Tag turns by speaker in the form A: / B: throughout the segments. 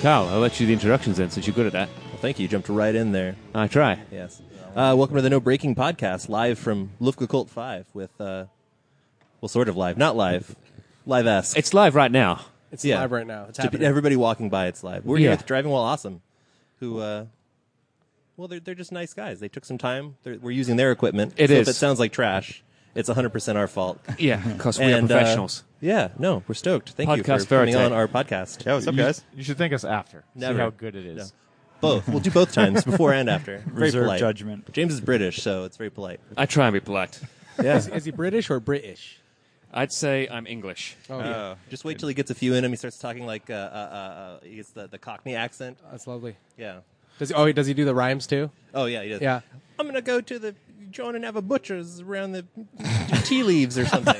A: Carl, I'll let you do the introductions then, since you're good at that.
B: Well, thank you. You jumped right in there.
A: I try.
B: Yes. Uh, welcome to the No Breaking Podcast, live from Lufka Cult 5 with, uh, well, sort of live. Not live. Live esque.
A: It's live right now.
C: It's
B: Yeah.
C: live right now. It's
B: to be-
C: happening.
B: everybody walking by, it's live. We're
A: Yeah.
B: here with Driving While Awesome, who, uh, well, they're, they're just nice guys. They took some time. They're, we're using their equipment.
A: It
B: so
A: is.
B: If it sounds like trash, it's 100% our fault.
A: Yeah, because we are
B: And, uh,
A: professionals.
B: yeah, no, we're stoked. Thank you for
A: Podcast
B: coming
A: verite.
B: on our podcast.
D: Yeah, what's up,
E: you,
D: guys?
E: You should thank us after.
B: Never.
E: See how good it is.
B: Both. We'll do both times, before and after. Very
D: Reserve
B: polite.
D: judgment.
B: James is British, so it's very polite.
A: I try and be polite.
B: Yeah.
C: Is he British or British?
A: I'd say I'm English.
C: Oh, yeah.
B: Just wait till he gets a few in him. He starts talking like uh, uh, uh, uh, he gets the, the Cockney accent.
C: That's lovely.
B: Yeah.
C: Does he, oh, does he do the rhymes too?
B: Oh yeah, he does.
C: Yeah.
B: I'm gonna go to the John and have a butcher's around the tea leaves or something.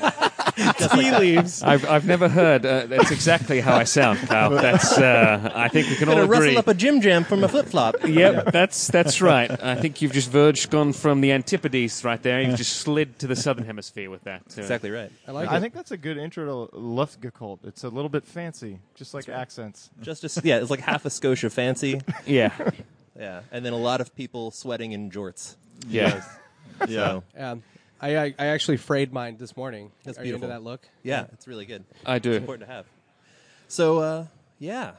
B: tea leaves.
A: I've, I've never heard. Uh, that's exactly how I sound, Carl. That's. Uh, I think we can all
B: Gonna
A: agree.
B: rustle up a Jim Jam from a flip flop.
A: Yep, that's that's right. I think you've just verged, gone from the antipodes right there. You've just slid to the southern hemisphere with that. uh, So-
B: Exactly right.
C: I like
E: I
C: it.
E: think that's a good intro to Luftgekalt. It's a little bit fancy, just like accents.
B: Just as, yeah, it's like half a Scotia fancy.
A: Yeah,
B: Yeah, and then a lot of people sweating in jorts.
A: yeah.
D: Yeah.
C: Um, I, I I actually frayed mine this morning.
B: That's
C: Are you into
B: beautiful.
C: that look?
B: Yeah, it's really good.
A: I do.
B: It's important to have. So uh, yeah,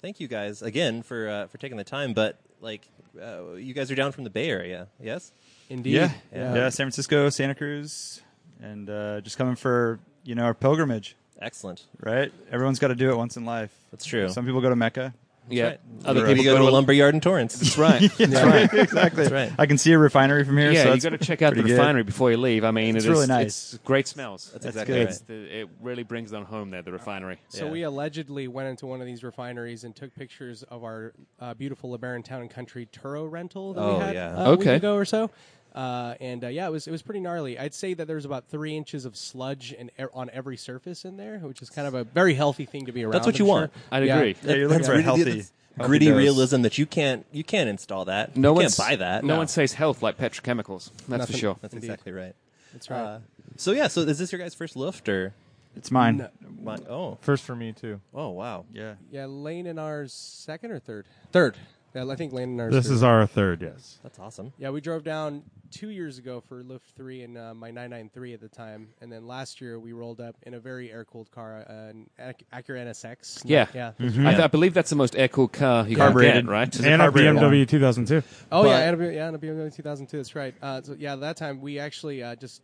B: thank you guys again for uh, for taking the time. But like, uh, you guys are down from the Bay Area, yes?
C: Indeed.
D: Yeah.
C: Yeah.
D: Yeah, San Francisco, Santa Cruz, and uh, just coming for, you know, our pilgrimage,
B: Excellent.
D: right? Everyone's got to do it once in life.
B: That's true.
D: Some people go to Mecca.
A: yeah.
B: right.
A: Other
B: Maybe
A: people
B: go to a
A: lumber.
B: lumberyard in Torrance. That's right.
D: That's right. exactly.
B: That's right.
D: I can see a refinery from here.
A: Yeah,
D: so
A: you
D: that's
A: got to check out the
D: pretty good.
A: refinery before you leave. I mean,
D: It's
A: it is-
D: really nice.
A: It's great smells.
B: That's
D: That's
B: exactly
D: good.
B: right.
A: It's the, it really brings them home there. The refinery.
C: So
B: Yeah.
C: we allegedly went into one of these refineries and took pictures of our uh, beautiful LeBaron Town and Country Turo rental that
B: Oh,
C: we had
B: yeah.
C: uh, a week
A: Okay.
C: ago or so. Uh, and uh, yeah, it was it was pretty gnarly. I'd say that there was about three inches of sludge and e- on every surface in there, which is kind of a very healthy thing to be around.
B: what
C: I'm
B: you
C: sure.
B: want.
A: I'd
C: Yeah.
A: agree.
D: Yeah, you're looking
B: That's
D: for a
B: really-
D: healthy,
B: that's
D: healthy
B: gritty
D: dose.
B: realism that you can't you can't install that.
A: No
B: you
A: one
B: can't buy that.
A: No, one says health like petrochemicals. That's
C: Nothing.
A: for sure.
B: That's
C: Indeed.
B: exactly right.
C: That's right.
B: Uh, so yeah, so is this your guy's first lift or?
D: It's mine.
C: No.
B: Mine? Oh,
E: First for me too.
B: oh wow.
D: Yeah.
C: Yeah, Lane and ours second or third? Third. Yeah, I think Lane and ours.
E: This
C: third.
E: is our third. Yes.
B: That's awesome.
C: Yeah, we drove down two years ago for Lift 3 and uh, my 993 at the time. And then last year we rolled up in a very air cooled car, uh, an Ac- Acura NSX.
A: Yeah. Mm-hmm.
C: Yeah.
A: I, th- I believe that's the most air cooled car you can
D: Carbureted.
A: get, right?
D: Is it
E: And our
D: carbureted
E: BMW
D: one?
E: 2002.
C: Oh, yeah.
B: But-
C: And a, B- yeah, and a BMW 2002. That's right. Uh, so, yeah, that time we actually uh, just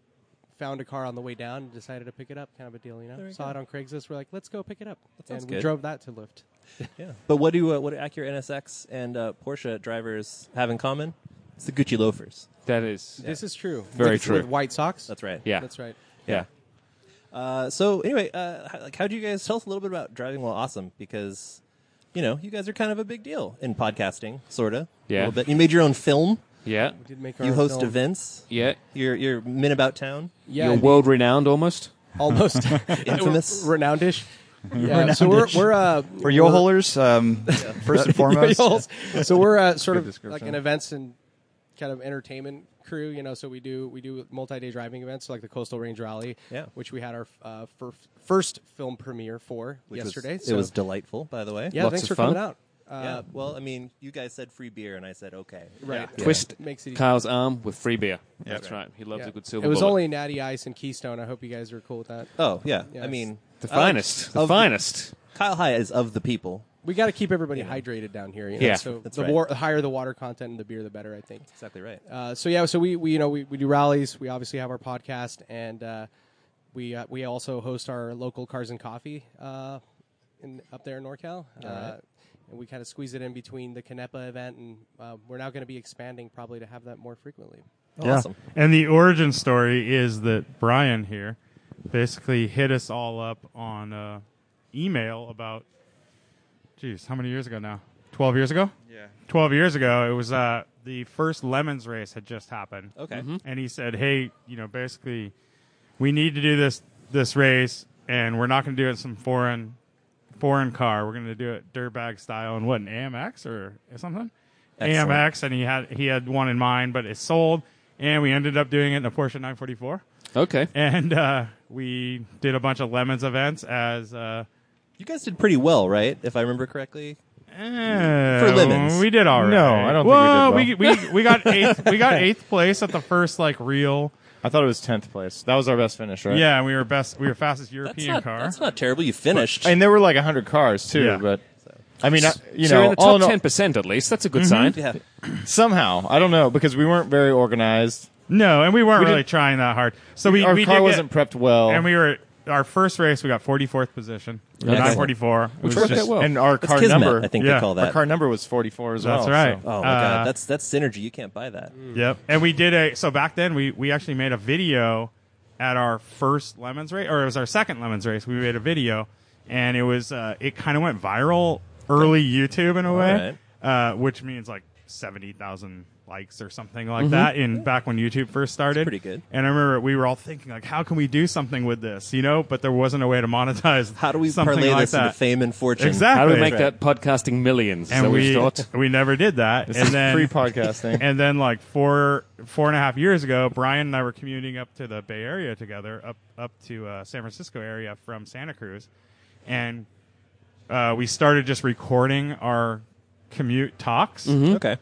C: found a car on the way down and decided to pick it up. Kind of a deal, you know? Saw it on Craigslist. We're like, let's go pick it up.
B: sounds
C: and
B: good.
C: we drove that to Lyft.
B: Yeah. But what do uh, what do Acura NSX and uh, Porsche drivers have in common? It's the Gucci loafers.
A: That is.
C: This is true.
A: Very
C: With-
A: true.
C: With white socks.
B: That's right.
A: Yeah.
C: That's right.
A: Yeah.
B: Uh, so anyway, uh, how, like, how do you guys tell us a little bit about driving while awesome? Because you know, you guys are kind of a big deal in podcasting, sorta.
A: Yeah.
B: A little bit. You made your own film.
A: Yeah.
C: We did make our
B: You
C: own
B: host
C: film.
B: events.
A: Yeah.
B: You're you're men about town.
C: Yeah,
A: You're
C: and-
A: world renowned almound
C: almost
B: Infamous.
C: Re- renownedish. Yeah, so we're
D: Renownedish.
C: we're uh,
D: For yo holers, um, first and foremost.
C: we're- so we're uh, sort
E: Good
C: of like
E: description.
C: an events and kind of entertainment crew, you know. So we do we do multi-day driving events so like the Coastal Range Rally,
B: Yeah.
C: which we had our uh, fir- first film premiere for
B: which was-
C: yesterday.
B: it
C: so
B: was delightful, by the way.
C: yeah,
A: lots
C: thanks
A: of
C: for
A: fun.
C: coming out.
B: Yeah,
C: Uh,
B: well, I mean, you guys said free beer, and I said okay.
C: Right.
A: Twist
C: Makes it easy.
A: Kyle's arm with free beer. That's
D: Right.
A: right. He loves
C: yeah.
A: a good silver
C: It was
A: bullet.
C: only Natty Ice and Keystone. I hope you guys are cool with that.
B: Oh yeah.
C: Yes.
B: I mean,
A: the
B: I like-
A: finest. The
B: of-
A: finest.
B: Kyle Hyatt is of the people.
C: We got to keep everybody hydrated down here. You know?
A: Yeah,
C: so
B: that's
C: the
B: right.
C: war, the higher the water content in the beer, the better. I think.
B: Exactly right.
C: Uh, so yeah, so we, we you know we, we do rallies. We obviously have our podcast, and uh, we uh, we also host our local cars and coffee uh, in, up there in NorCal. Uh, and we kind of squeeze it in between the Canepa event, and uh, we're now going to be expanding probably to have that more frequently.
B: Awesome.
E: And the origin story is that Brian here basically hit us all up on uh, email about, geez, how many years ago now? 12 years ago?
D: Yeah.
E: 12 years ago, it was uh, the first Lemons race had just happened.
B: Okay.
E: And he said, hey, you know, basically, we need to do this this race, and we're not going to do it in some foreign foreign car. We're going to do it dirtbag style and what an AMX or something.
B: Excellent.
E: AMX, and he had he had one in mind, but it sold, and we ended up doing it in a Porsche 944,
A: Okay.
E: and uh, we did a bunch of lemons events as. Uh,
B: You guys did pretty well, right? If I remember correctly.
E: eh, For
B: lemons.
E: we did all right.
D: No, I don't think we
E: Well,
D: did
E: we we we got eighth. we got eighth place at the first like real.
D: I thought it was tenth place. That was our best finish, right?
E: Yeah, and we were best. We were fastest
B: That's
E: European
B: not,
E: car.
B: that's not terrible. You finished.
D: And there were like hundred cars too,
E: Yeah.
D: but I mean, I, you
A: so
D: know,
A: you're in the
D: all in
A: top
D: all-
A: ten percent at least. That's a good
C: Mm-hmm.
A: sign.
B: yeah.
D: somehow I don't know because we weren't very organized.
E: no, and we weren't
D: We
E: really
D: didn't-
E: trying that hard. So we
D: our
E: we
D: car
E: did
D: wasn't
E: get,
D: prepped well,
E: and we were our first race. We got forty fourth position. We
D: Nice.
E: Not forty four.
A: Which worked out well.
D: and our
B: That's
D: car
B: kismet,
D: number.
B: I think they
E: yeah,
B: call
D: Our
B: that.
D: car number was forty four as
E: That's
D: well.
E: right.
D: so-
B: oh my
E: Uh, Mm.
B: god, that's that's synergy. You can't buy that.
E: Yep. And we did a so back then we we actually made a video at our first lemons race or it was our second lemons race. We made a video and it was uh it kind of went viral early YouTube in a way. Uh which means like 70,000 likes or something like that in back when YouTube first started.
B: pretty good.
E: And I remember we were all thinking like how can we do something with this, you know, but there wasn't a way to monetize
B: How do we
E: something
B: parlay
E: like
B: this
E: that.
B: into fame and fortune?
E: Exactly.
A: How do we make that podcasting millions?
E: and
A: so we,
E: we
A: thought.
E: we never did that.
D: This
E: and
D: is
E: then
D: free podcasting.
E: and then like four four and a half years ago, Brian and I were commuting up to the Bay Area together, up up to uh, San Francisco area from Santa Cruz, and uh, we started just recording our commute talks,
D: Mm-hmm.
B: Okay.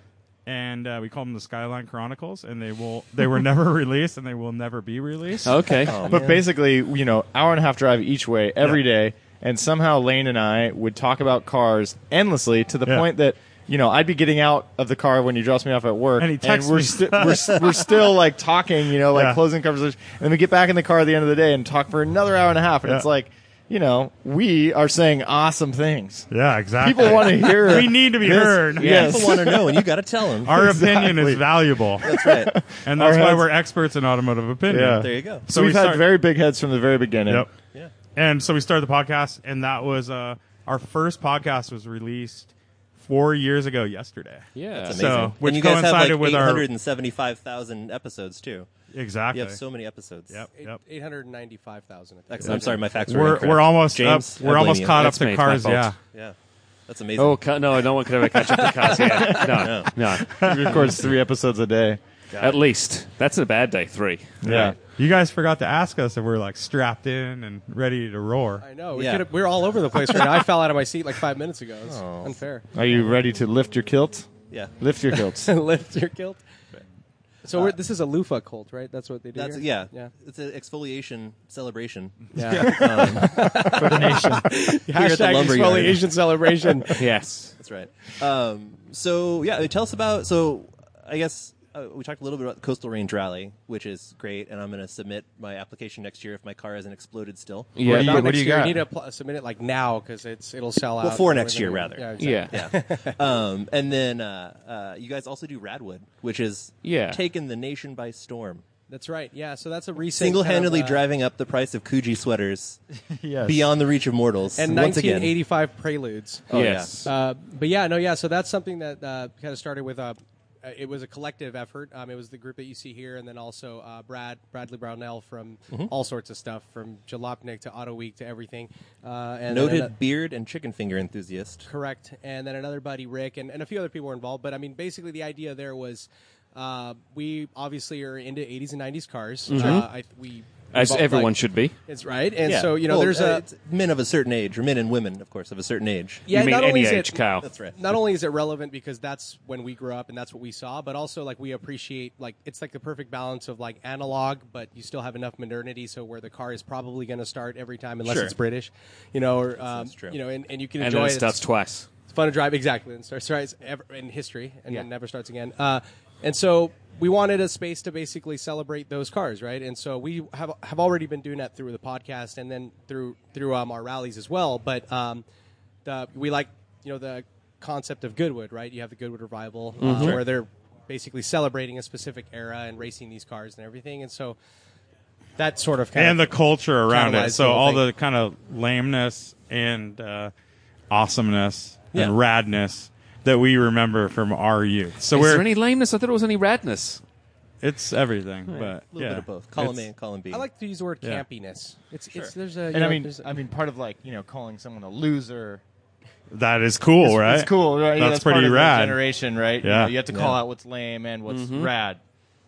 E: and uh, we called them the Skyline Chronicles, and they will they were never released, and they will never be released.
D: Oh.
A: Okay.
D: but basically, you know, hour and a half drive each way every day, and somehow Lane and I would talk about cars endlessly to the
E: Yeah.
D: point that you know I'd be getting out of the car when he drops me off at work,
E: And he texts
D: we're,
E: me.
D: sti- we're s- we're still like talking, you know, like
E: Yeah.
D: closing conversation, and then we get back in the car at the end of the day and talk for another hour and a half, and
E: Yeah.
D: it's like, you know, we are saying awesome things.
E: Yeah, exactly.
D: People want to hear.
E: we need to be
D: this.
E: heard.
D: Yes.
B: People want to know, and you got to tell them.
E: Our opinion is valuable,
B: That's right.
E: and that's
D: Our
E: why
D: heads-
E: we're experts in automotive opinion.
D: Yeah.
B: There you go.
D: So we've
E: we
D: had
E: start-
D: very big heads from the very beginning.
E: Yep.
B: Yeah.
E: And so we started the podcast, and that was uh, our first podcast was released four years ago yesterday.
A: yeah.
B: That's
E: So,
B: amazing.
E: which
B: and you guys have like
E: coincided with our-
B: 875,000 episodes too.
E: Exactly.
B: You have so many episodes.
E: Yep. Yep.
C: Eight hundred ninety-five thousand.
B: Excellent. I'm sorry, my facts were
E: We're,
B: incorrect.
E: we're almost
B: James,
E: up.
B: I
E: We're
B: blame
E: almost
B: you.
E: caught
A: That's
E: up to
A: me, it's my
E: cars.
A: fault.
E: Yeah.
B: Yeah. That's amazing.
A: Oh ca- no! No one could ever catch up to cars here. No, no,
D: He records three episodes a day.
A: At least that's a bad day three.
D: Yeah.
E: You guys forgot to ask us if we're like strapped in and ready to roar.
C: I know. We
B: Yeah.
C: could've- we're all over the place right now. I fell out of my seat like five minutes ago. It's
B: Oh.
C: unfair.
D: Are you ready to lift your kilt?
B: Yeah.
D: Lift your kilts.
C: Lift your guilt. So we're, this is a loofah cult, right? That's what they do.
B: Uh, That's
C: here?
B: yeah.
C: yeah,
B: It's an exfoliation celebration.
C: yeah.
B: Here at the
C: Hashtag
B: lumberyard.
C: exfoliation celebration.
A: Yes.
B: That's right. Um, so yeah, I mean, tell us about. So I guess uh, we talked a little bit about the Coastal Range Rally, which is great, and I'm going to submit my application next year if my car hasn't exploded still.
A: Yeah.
D: What do you-
C: Not
D: what
C: next
D: do you
C: year.
D: got?
C: You need to apply, submit it like now because it's it'll sell out.
B: Well, for
C: more
B: next
C: than
B: year,
C: a-
B: rather.
C: Yeah, exactly.
A: Yeah.
B: Yeah. um, and then uh, uh, you guys also do Radwood, which is
A: Yeah.
B: taken the nation by storm.
C: That's right. Yeah. So that's a recent
B: Single-handedly
C: kind of, uh,
B: driving up the price of Coogee sweaters
D: yes.
B: beyond the reach of mortals.
C: and
B: once again,
C: 1985 preludes.
B: Oh, yeah.
A: yes.
C: Uh, but yeah, no, yeah. So that's something that uh, kind of started with uh, uh, it was a collective effort. Um, it was the group that you see here, and then also uh, Brad Bradley Brownell from
B: Mm-hmm.
C: all sorts of stuff, from Jalopnik to Auto Week to everything. Uh, and then
B: noted
C: ano-
B: beard and chicken finger enthusiast.
C: correct, and then another buddy Rick, and, and a few other people were involved. But I mean, basically, the idea there was. Uh, we obviously are into 80s and 90s cars. Uh, I, we
A: As
C: involve-
A: everyone
C: like-
A: should be.
C: It's right, and
B: Mm-hmm. Yeah.
C: so you know,
B: Well,
C: there's
B: uh,
C: a
B: it's men of a certain age, or men and women, of course, of a certain age.
C: Yeah,
A: you mean
C: not only
A: any
C: is
A: age,
C: it-
A: Kyle?
B: That's right.
C: not only is it relevant because that's when we grew up and that's what we saw, but also like we appreciate like it's like the perfect balance of like analog, but you still have enough modernity. So where the car is probably going to start every time, unless
B: Sure.
C: it's British, you know, or um,
B: that's true.
C: you know, and, and you can
A: And
C: enjoy
A: then it
C: It's-
A: starts twice.
C: it's fun to drive exactly and starts starts ever, in history and then never starts again. Uh, and so we wanted a space to basically celebrate those cars, right? And so we have have already been doing that through the podcast and then through through um, our rallies as well. But um, the, we like you know the concept of Goodwood, right? You have the Goodwood revival uh,
E: Mm-hmm.
C: where they're basically celebrating a specific era and racing these cars and everything. And so that sort of kind
E: and the
C: of
E: culture around
C: catalyzed
E: it.
C: the
E: So
C: whole
E: all
C: thing.
E: the kind of lameness and uh, awesomeness
B: Yeah.
E: and radness that we remember from our youth. So
A: Is
E: we're
A: there any lameness? I thought it was any radness.
E: it's everything, but
B: A little
E: yeah,
B: bit of both. Column A
E: It's-
B: and column B.
C: I like to use the word
E: Yeah.
C: campiness. It's, it's there's a you
D: And I
C: know,
D: mean,
C: there's a-
D: I mean, part of like you know calling someone a loser.
E: That is cool,
D: It's-
E: right?
D: It's cool, right? You know,
E: That's, pretty
D: part of the
E: rad.
D: Generation, right? You,
E: Yeah.
D: know, you have to call
B: Yeah.
D: out what's lame and what's rad.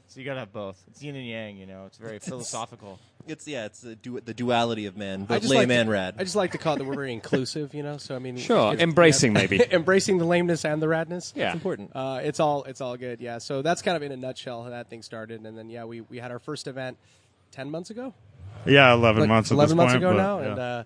D: So you gotta have both. It's yin and yang. You know, it's very philosophical.
B: It's yeah, it's the, du- the duality of man,
C: I
B: but
C: just
B: lame
C: like to-
B: and rad.
C: I just like to call it that we're very inclusive, you know. So I mean,
A: Sure,
C: if-
A: embracing
C: yeah.
A: maybe.
C: embracing the lameness and the radness.
A: Yeah.
B: it's important.
C: Uh, it's all it's all good. Yeah. So that's kind of in a nutshell how that thing started, and then yeah, we we had our first event ten months ago.
E: Yeah, eleven
C: Like,
E: months. At
C: Eleven
E: this
C: months
E: point,
C: ago
E: but,
C: now,
E: yeah.
C: and uh,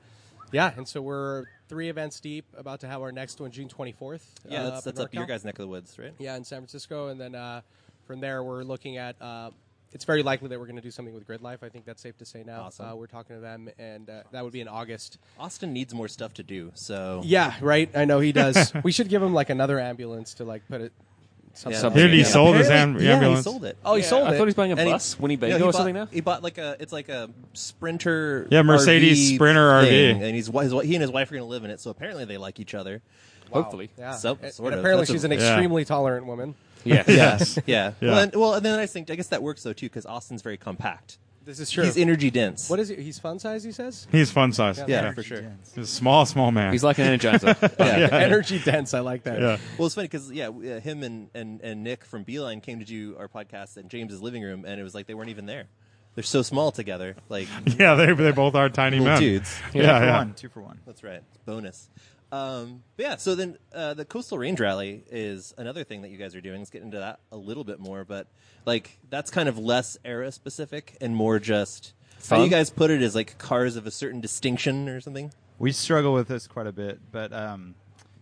C: yeah, and so we're three events deep. About to have our next one June twenty fourth.
B: yeah, that's, that's up your
C: guys.
B: guys' neck of the woods, right?
C: uh, Yeah, in San Francisco, and then uh, from there we're looking at. Uh, it's very likely that we're going to do something with Grid Life. I think that's safe to say now.
B: Awesome.
C: Uh, we're talking to them, and uh, that would be in August.
B: Austin needs more stuff to do, so
C: Yeah, right. I know he does. we should give him like another ambulance to like put it.
B: Yeah.
C: Something.
A: Something.
E: Dude, he
A: Yeah.
E: sold his am-
B: yeah,
E: ambulance.
B: he sold it.
C: Oh, he sold
A: I
C: it.
A: thought he's buying a
B: And he-
A: bus, Winnie
B: no,
A: Bago
B: he
A: or
B: bought-
A: something now.
B: He bought like a it's like a sprinter.
E: Yeah, Mercedes
B: RV
E: Sprinter
B: thing,
E: RV.
B: and he's his, he and his wife are gonna live in it. So apparently they like each other.
C: Wow.
A: Hopefully.
C: Yeah.
B: So-
C: And-
B: sort
C: and
B: of.
C: apparently
B: That's a-
C: she's an
E: Yeah.
C: extremely tolerant woman.
A: Yes.
E: Yes.
B: Yeah.
E: Yeah.
B: Well, and, well, and then I think I guess that works though too because Austin's very compact.
C: This is true.
B: He's energy dense.
C: what is he? He's fun size. He says.
E: He's fun size.
C: Yeah,
B: yeah, for sure.
E: He's a small, small man.
A: He's like an energizer.
B: Yeah.
C: Energy dense. I like that.
E: yeah.
B: Well, it's funny because yeah, w- uh, him and, and and Nick from Beeline came to do our podcast in James's living room, and it was like they weren't even there. They're so small together. Like
E: Yeah, they they both are tiny
B: Little
E: men.
B: dudes.
E: Yeah,
F: for
E: yeah.
F: one, two for one.
B: that's right. It's bonus. Um, but yeah, so then uh, the coastal range rally is another thing that you guys are doing. Let's get into that a little bit more, but like that's kind of less era specific and more just. How
A: Fun.
B: you guys put it as like cars of a certain distinction or something?
F: We struggle with this quite a bit, but um,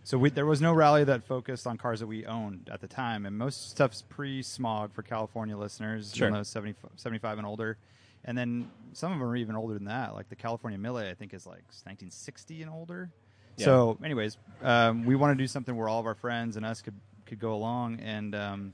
F: so we, there was no rally that focused on cars that we owned at the time, and most stuff's pre-smog for California listeners,
B: Sure.
F: you know, 70, 75 and older, and then some of them are even older than that. Like the California Mille, I think, is like 1960 and older. So, anyways, um, we want to do something where all of our friends and us could could go along, and um,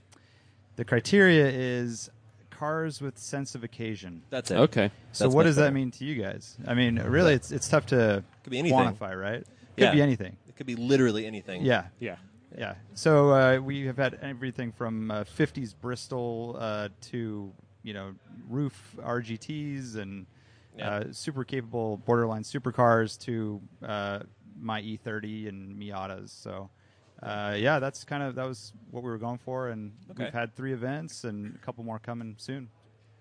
F: the criteria is cars with sense of occasion.
B: That's it.
A: okay.
F: So
B: That's
F: what
B: much
F: does that
B: better.
F: mean to you guys? I mean, really, it's it's tough to
B: Could be anything.
F: quantify, right? Could
B: Yeah.
F: be anything.
B: It could be literally anything.
F: Yeah,
A: Yeah.
F: yeah. So uh, we have had everything from uh, '50s Bristol uh, to you know roof RGTs and
B: Yeah.
F: uh, super capable borderline supercars to uh, my E30 and Miatas. So. Uh, yeah, that's kind of that was what we were going for, and
B: Okay.
F: we've had three events and a couple more coming soon.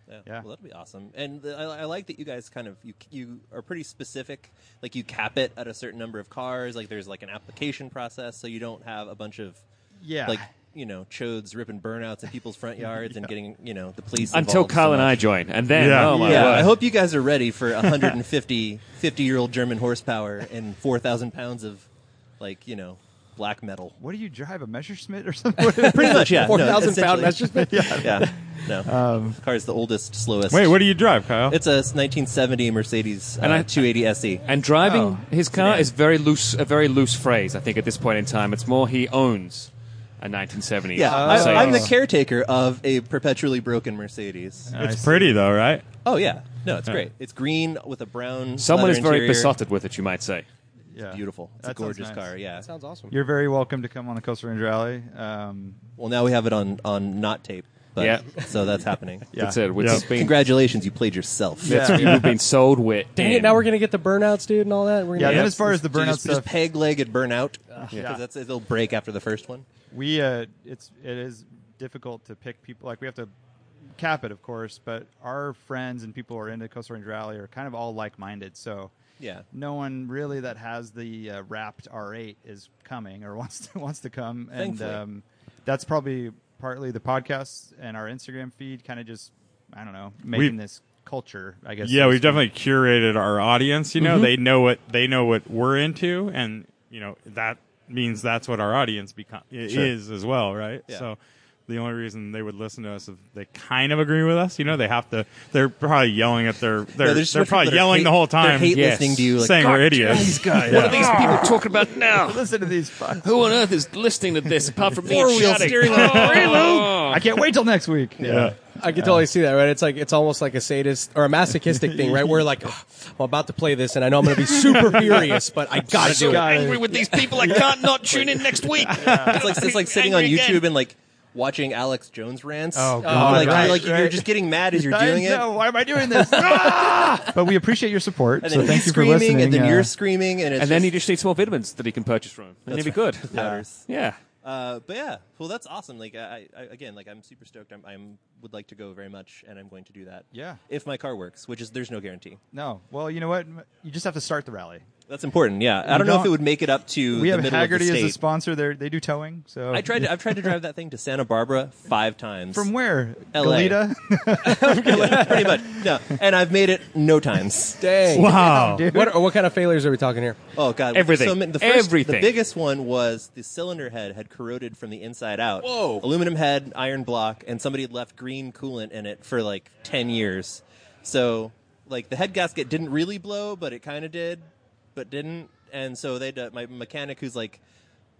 B: Yeah.
F: Yeah.
B: Well, that'd be awesome. And the, I, I like that you guys kind of you you are pretty specific. Like you cap it at a certain number of cars. Like there's like an application process, so you don't have a bunch of
F: Yeah,
B: like you know chodes ripping burnouts in people's front yards and getting you know the police
A: Until
B: involved so
A: Kyle and I
B: much.
A: join. And then,
E: Yeah.
A: oh my
B: Yeah,
A: word.
B: I hope you guys are ready for 150 50 year old German horsepower and 4,000 pounds of like you know black metal.
F: what do you drive a Messerschmitt or something?
B: Pretty much, yeah.
C: Four thousand pound
B: essentially.
C: measurement.
B: Yeah, no. Car's the oldest, slowest.
E: Wait, what do you drive, Kyle?
B: It's a 1970 Mercedes uh,
A: And I-
B: 280 SE.
A: And driving
F: Oh,
A: his car is very loose, a very loose phrase. I think at this point in time, it's more he owns a 1970.
B: Yeah,
A: So
B: I, I'm the
A: it's-
B: caretaker of a perpetually broken Mercedes.
F: I
E: it's
F: see.
E: pretty though, right?
B: Oh yeah, no, it's great. It's green with a brown.
A: Someone
B: leather
A: is very
B: interior.
A: besotted with it, you might say.
F: Yeah.
B: Beautiful. It's a
F: That sounds
B: gorgeous
F: nice.
B: car. Yeah.
C: That sounds awesome.
F: You're very welcome to come on the Coastal Range Rally. Um,
B: Well, now we have it on on not tape. But,
A: Yeah.
B: So that's happening.
F: yeah.
A: That's it. With
E: Yeah.
A: has been,
B: Congratulations, you played yourself.
A: that's
F: Yeah.
A: you've been sold with.
C: Dang it! Now we're gonna get the burnouts, dude, and all that. We're
F: Yeah,
C: gonna
F: then as far as the
B: So you
F: burnout
B: just,
F: stuff,
B: just peg leg and burn out.
F: Yeah.
B: Because that's it'll break after the first one.
F: we uh, it's it is difficult to pick people. Like we have to cap it, of course, but our friends and people who are into Coastal Range Rally are kind of all like-minded. So
B: Yeah.
F: no one really that has the uh, wrapped R8 is coming or wants to wants to come, and
B: Thankfully.
F: um, that's probably partly the podcast and our Instagram feed. Kind of just I don't know making this culture. I guess.
E: Yeah,
F: so
E: we've
F: to speak.
E: definitely curated our audience. You know,
B: Mm-hmm.
E: they know what they know what we're into, and you know that means that's what our audience become i-
B: Sure.
E: is as well, right?
B: Yeah.
E: So the only reason they would listen to us if they kind of agree with us. You know, they have to. They're probably yelling at their. They're,
B: No,
E: they're,
B: there's so much people
E: probably
B: that
E: yelling
B: hate-
E: the whole
B: They
E: time,
B: hate
A: Yes.
B: listening to you. Like,
E: saying
B: "God
E: we're idiots.
B: these guys.
A: What are these people talking about now?
F: listen to these fucks.
A: Who on earth is listening to this apart from me? and
B: Four-wheel
A: shouting?
B: steering wheel.
A: Oh.
F: I can't wait till next week.
E: Yeah.
C: I can totally see that, right? It's like it's almost like a sadist or a masochistic thing, right? We're like, "Ugh, I'm about to play this, and I know I'm going to be super furious, but I got to do it.
A: angry with these people. I can't not tune in next week.
B: It's like it's like sitting on
A: Angry
B: YouTube
A: again.
B: and like watching Alex Jones rants.
F: Oh, God.
B: Like,
F: Right,
B: you're, like you're
F: right.
B: just getting mad as you're
F: I
B: doing it.
F: know, Why am I doing this? Ah! but we appreciate your support.
B: And
F: so
B: then
F: thank
B: he's
F: you for
B: screaming,
F: listening.
B: and then
F: uh,
B: you're screaming, and it's
A: And then he
B: just
A: just needs more vitamins that he can purchase from him. And he'd be good.
B: powders.
A: Yeah.
B: Uh, but yeah, well, that's awesome. Like, I, I again, like I'm super stoked. I'm, I'm would like to go very much, and I'm going to do that.
F: Yeah.
B: if my car works, which is there's no guarantee.
F: No. Well, you know what? You just have to start the rally.
B: That's important. Yeah, I don't know if
F: don't-
B: it would make it up to
F: We
B: the
F: have
B: middle
F: Haggerty
B: of the
F: as
B: state.
F: a sponsor. They they do towing. So
B: I tried. To, I've tried to drive that thing to Santa Barbara five times.
F: From where?
B: LA.
F: Goleta?
B: pretty much. No, and I've made it no times.
C: Dang.
E: Wow.
C: What, what kind of failures are we talking here?
B: Oh god,
A: Everything.
B: So, ma- the first,
A: Everything.
B: The biggest one was the cylinder head had corroded from the inside out.
A: Whoa.
B: Aluminum head, iron block, and somebody had left green coolant in it for like ten years. So like the head gasket didn't really blow, but it kind of did, but didn't. And so they had to- my mechanic who's like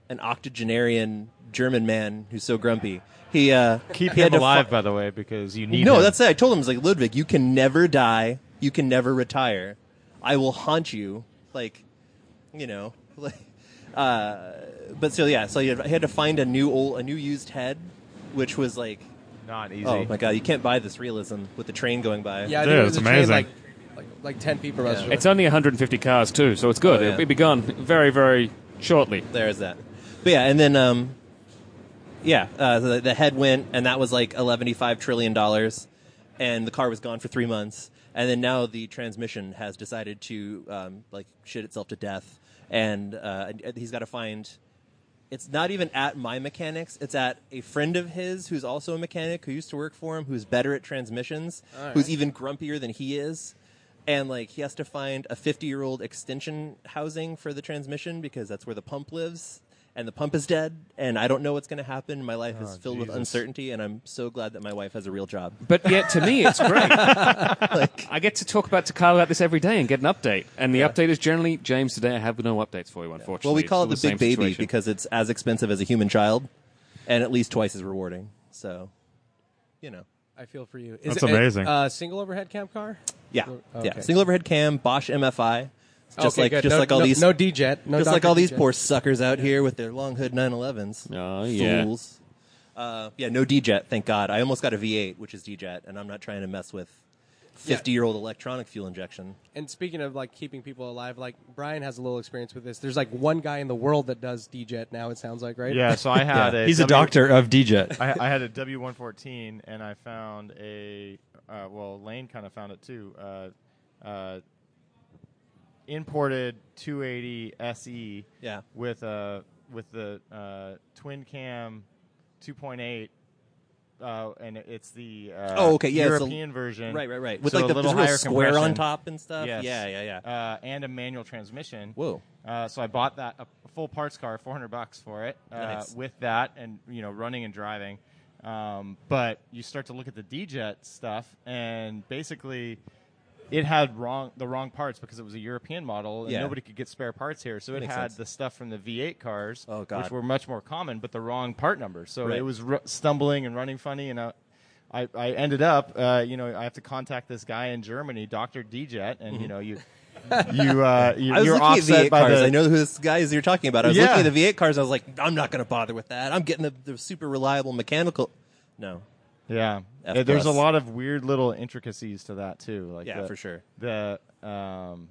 B: an octogenarian German man who's so grumpy. He uh,
D: Keep
B: he had
D: him
B: to fu-
D: alive, by the way, because you need.
B: no,
D: him.
B: that's it. I told him, I was like, Ludwig, you can never die. You can never retire. I will haunt you. Like, you know, like, uh, but so yeah, so he had, he had to find a new old, a new used head, which was like,
D: not easy.
B: oh my god, you can't buy this realism with the train going by.
C: Yeah, I
E: Dude,
C: think it was a
E: it's
C: train,
E: amazing.
C: like, like like ten feet from us.
B: Yeah.
A: It's only 150 cars too, so it's good.
B: Oh, yeah.
A: It'll be gone very, very shortly.
B: there's that. But yeah, and then um, yeah, uh, the, the head went, and that was like eleven five trillion dollars, and the car was gone for three months, and then now the transmission has decided to um, like shit itself to death, and uh, he's got to find. It's not even at my mechanics. It's at a friend of his who's also a mechanic who used to work for him, who's better at transmissions, who's even grumpier than he is. And like he has to find a 50 year old extension housing for the transmission because that's where the pump lives and the pump is dead. And I don't know what's going to happen. My life
A: Oh,
B: is filled with uncertainty. And I'm so glad that my wife has a real job.
A: But yet, to me, it's great. I get to talk about to Kyle about this every day and get an update. And the update is generally James. Today, I have no updates for you, unfortunately.
B: Well, we call it
A: It's
B: the,
A: still
B: big
A: same
B: baby
A: situation.
B: because it's as expensive as a human child and at least twice as rewarding. So, you know.
C: I feel for you. Is
E: That's
C: it a-
E: amazing.
C: Uh, single overhead cab car.
B: Yeah,
C: Okay.
B: yeah. Single overhead cam, Bosch MFI. It's Just
C: Okay,
B: like
C: good.
B: just
C: no,
B: like all
C: no,
B: these
C: no D jet, no
B: just like
C: Dr.
B: all these
C: D-Jet.
B: poor suckers out here with their long hood 911s.
A: Oh, yeah.
B: Fools. Uh, yeah, no DJet, thank God. I almost got a V8, which is DJet, and I'm not trying to mess with 50 year old electronic fuel injection.
C: And speaking of like keeping people alive, like Brian has a little experience with this. There's like one guy in the world that does D jet now. It sounds like right.
D: Yeah, so I had a.
F: He's a
D: W-
F: doctor of DJet.
D: I, I had a W one fourteen, and I found a. Uh, well, Lane kind of found it too. Uh, uh, imported two eighty SE.
B: Yeah.
D: With a with the uh, twin cam, two point eight. Uh, and it's the uh,
B: Oh, okay, yeah, it's a-
D: European version,
B: Right, right, right. With
D: so
B: like the
D: a little
B: there's a
D: higher
B: real square on
D: compression.
B: top and stuff.
D: Yes.
B: Yeah, yeah, yeah.
D: Uh, and a manual transmission.
B: Whoa.
D: Uh, so I bought that a full parts car, 400 bucks for it, uh,
B: Nice.
D: with that, and you know, running and driving. Um, but you start to look at the DJet stuff, and basically, it had wrong the wrong parts because it was a European model, and
B: Yeah.
D: nobody could get spare parts here. So it
B: Makes
D: had
B: sense.
D: the stuff from the V8 cars,
B: Oh, God.
D: which were much more common, but the wrong part number. So
B: Right.
D: it was r- stumbling and running funny, and. Uh, I, I ended up, uh, you know, I have to contact this guy in Germany, Doctor DJet, and
B: Mm-hmm.
D: you know, you, you, uh, you
B: I was
D: you're
B: looking
D: offset
B: at V8
D: by
B: cars.
D: the,
B: I know who this guy is you're talking about. I was
D: Yeah.
B: looking at the V8 cars. I was like, I'm not going to bother with that. I'm getting the, the super reliable mechanical. No.
D: Yeah,
B: F
D: Uh, there's a
B: plus.
D: lot of weird little intricacies to that too. Like
B: Yeah,
D: the-
B: for sure.
D: The um,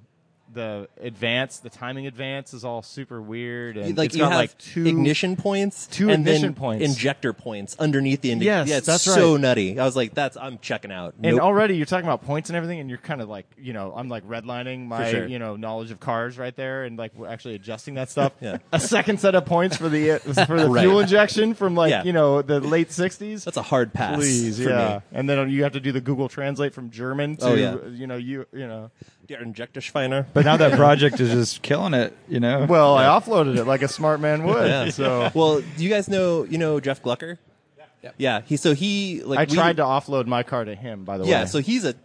D: the advance, the timing advance is all super weird, and
B: like
D: it's
B: you
D: got
B: have
D: like two
B: ignition points,
D: two
B: and
D: ignition
B: then
D: points.
B: injector points underneath the indicator.
D: Yes,
B: yeah, it's
D: that's
B: so
D: right.
B: nutty. I was like, that's I'm checking out.
D: And
B: Nope.
D: already you're talking about points and everything, and you're kind of like, you know, I'm like redlining my,
B: sure.
D: you know, knowledge of cars right there, and like we're actually adjusting that stuff.
B: Yeah.
D: A second set of points for the for the
B: Right.
D: fuel injection from like
B: Yeah.
D: you know the late '60s.
B: that's a hard pass.
D: Please,
B: for
D: yeah.
B: me.
D: And then you have to do the Google Translate from German to
B: Oh, yeah.
D: you know you you know.
B: Der injector Schweiner.
F: But now that project is just killing it, you know?
D: Well, I offloaded it like a smart man would.
B: Yeah.
D: So
B: well, do you guys know you know Jeff Glucker? Yeah. Yeah. He so he like
D: I
B: we-
D: tried to offload my car to him, by the way.
B: Yeah, so he's a.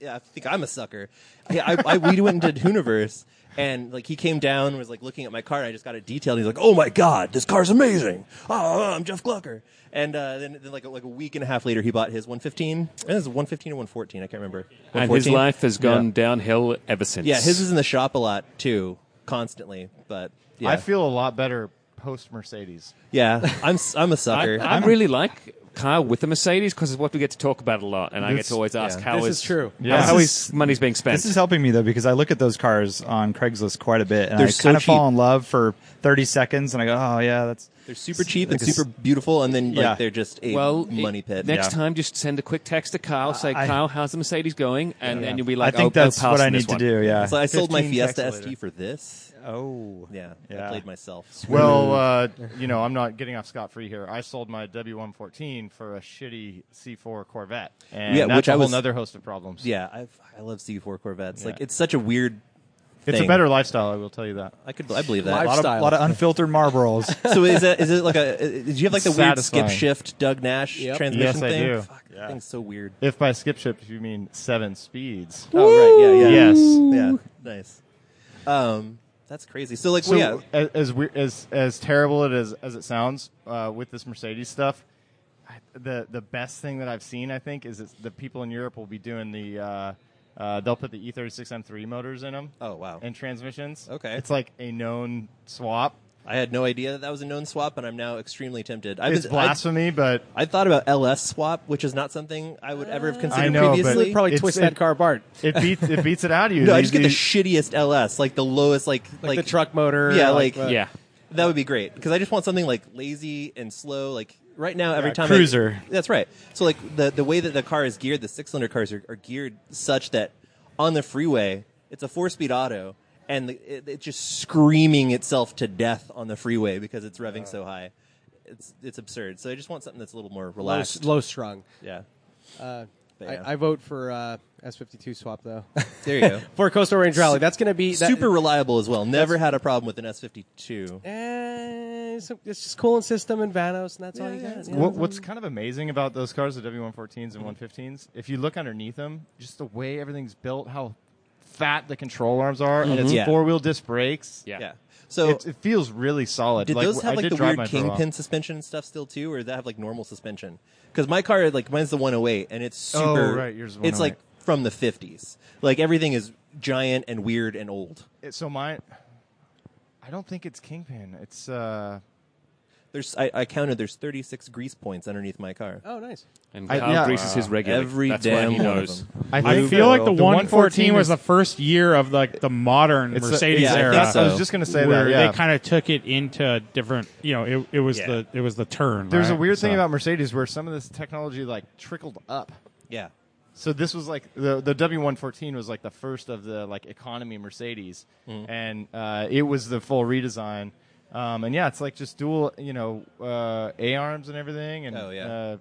B: Yeah, I think I'm a sucker. Yeah, I, I, we went into Hooniverse, and like he came down and was like looking at my car, and I just got it detailed. And he's like, "Oh my god, this car's amazing! Oh, I'm Jeff Glucker." And uh, then, then like a- like a week and a half later, he bought his 115. It was 115 or 114, I can't remember.
A: and his
B: 114?
A: life has gone downhill ever since.
B: Yeah, his is in the shop a lot too, constantly. But yeah,
D: I feel a lot better post Mercedes.
B: yeah, I'm s- I'm a
A: I,
B: sucker.
A: I really like Kyle with the Mercedes because it's what we get to talk about a lot, and I get
D: This-
A: to always ask
B: yeah.
A: how
C: This
A: is
C: is true.
A: how- how
F: This
A: his money's being spent.
F: This is helping me though because I look at those cars on Craigslist quite a bit, and
B: They're
F: I
B: so
F: kind of
B: cheap.
F: fall in love for thirty seconds, and I go, "Oh yeah, that's
B: They're super cheap and
A: Like a s-
B: super beautiful, and then like,
F: Yeah.
B: they're just a
A: Well,
B: money
A: it-
B: pit.
A: Next
F: Yeah.
A: time, just send a quick text to Kyle. Say,
F: I-
A: Kyle, how's the Mercedes going? And then you'll be like,
F: I think
A: oh, oh,
F: that's what
A: pass
F: I
A: on this
F: need to
A: one.
F: do. Yeah.
B: So I sold my
F: 15
B: Fiesta
F: texts
B: ST
F: later.
B: for this.
F: Oh.
B: Yeah,
F: Yeah.
B: I played myself.
D: Well, uh, you know, I'm not getting off scot free here. I sold my W114 for a shitty C4 Corvette, and
B: Yeah,
D: that's
B: which
D: a
B: I
D: whole
B: was-
D: other host of problems.
B: Yeah, I've, I love C4 Corvettes. Like
D: Yeah.
B: it's such a weird.
D: it's
B: thing.
D: a better lifestyle. I will tell you that.
B: I could I believe
F: A
B: that.
F: lot of,
C: Lifestyle.
F: lot of unfiltered Marlboros.
B: so is that is it like a? uh, Did you have like the weird skip
D: Satisfying.
B: shift Doug Nash
C: Yep.
B: transmission
D: Yes, I
B: thing?
D: do.
B: Fuck, that thing's so weird.
D: If by skip shift you mean seven speeds,
B: Oh right, yeah, yeah,
D: yes.
B: yeah. Nice. Um, that's crazy. So like,
D: So
B: well, yeah.
D: as as, we, as as terrible it is as it sounds uh, with this Mercedes stuff, I, the the best thing that I've seen I think is it's the people in Europe will be doing the uh, uh, they'll put the E36 M3 motors in them.
B: Oh, wow.
D: And transmissions.
B: Okay.
D: it's like a known swap.
B: I had no idea that that was a known swap, and I'm now extremely tempted. I've
D: It's
B: been- I-
D: blasphemy, but
B: I thought about LS swap, which is not something I would ever have considered
D: Uh, I know, but-
B: previously.
C: probably
D: It's-
C: twist
D: it-
C: that car apart.
D: it beats it beats it out of you.
B: no, I
D: These-
B: just get the
D: these-
B: shittiest LS, like the lowest, like
C: Like, the truck motor.
B: Yeah, like-
C: uh,
A: Yeah.
B: That would be great because I just want something like lazy and slow. Like right now, every
F: Yeah,
B: time
F: cruiser.
B: I, that's right. So like the the way that the car is geared, the six cylinder cars are, are geared such that on the freeway, it's a four speed auto, and the, it, it's just screaming itself to death on the freeway because it's revving so high. It's it's absurd. So I just want something that's a little more
C: low,
B: relaxed.
C: low strung.
B: Yeah. But yeah.
C: I, I vote for uh, S52 swap though.
B: there you go.
C: for Coastal Range Rally, that's going to be that,
B: Super reliable as well. Never had a problem with an S52.
C: Eh, so it's just coolant system and Vanos, and that's all you
B: yeah,
C: got.
B: it's
C: yeah.
D: What, what's kind of amazing about those cars, the W114s and 115s, if you look underneath them, just the way everything's built, how fat the control arms are, and it's
B: Mm-hmm. Yeah.
D: four wheel disc brakes.
A: Yeah.
B: Yeah. So
D: It's- it feels really solid.
B: Did
D: like,
B: those
D: I
B: have like
D: did
B: the
D: drive
B: weird
D: mine for a while.
B: kingpin suspension and stuff still too, or did that have like normal suspension? Because my car, like mine's the 108, and it's
D: Oh,
B: super.
D: right, yours is
B: it's like
D: 108.
B: from the 50s. Like everything is giant and weird and old.
D: It- so mine, I don't think it's kingpin. It's uh,
B: There's I, I counted. There's 36 grease points underneath my car.
C: Oh, nice.
A: And
D: I-
A: Kyle
D: yeah.
A: greases his regular.
B: Every
A: That's
B: damn
A: why he
B: one of
A: knows.
B: them.
D: I,
E: I
D: think
E: feel like the,
D: the
E: 114 was
D: is-
E: the first year of like the modern
D: It's a-
E: Mercedes
B: yeah, I
E: era.
B: think so.
D: I was just gonna say
E: where
D: that. Yeah.
E: they kind of took it into a different. You know, it, it was
B: Yeah.
E: the it was the turn.
D: There's a
E: right?
D: weird thing
E: So-
D: about Mercedes where some of this technology like trickled up.
B: Yeah.
D: So this was like the the W114 was like the first of the like economy Mercedes, and uh, it was the full redesign. Um, and yeah, it's like just dual, you know, uh, A arms and everything, and
B: Oh, yeah.
D: uh,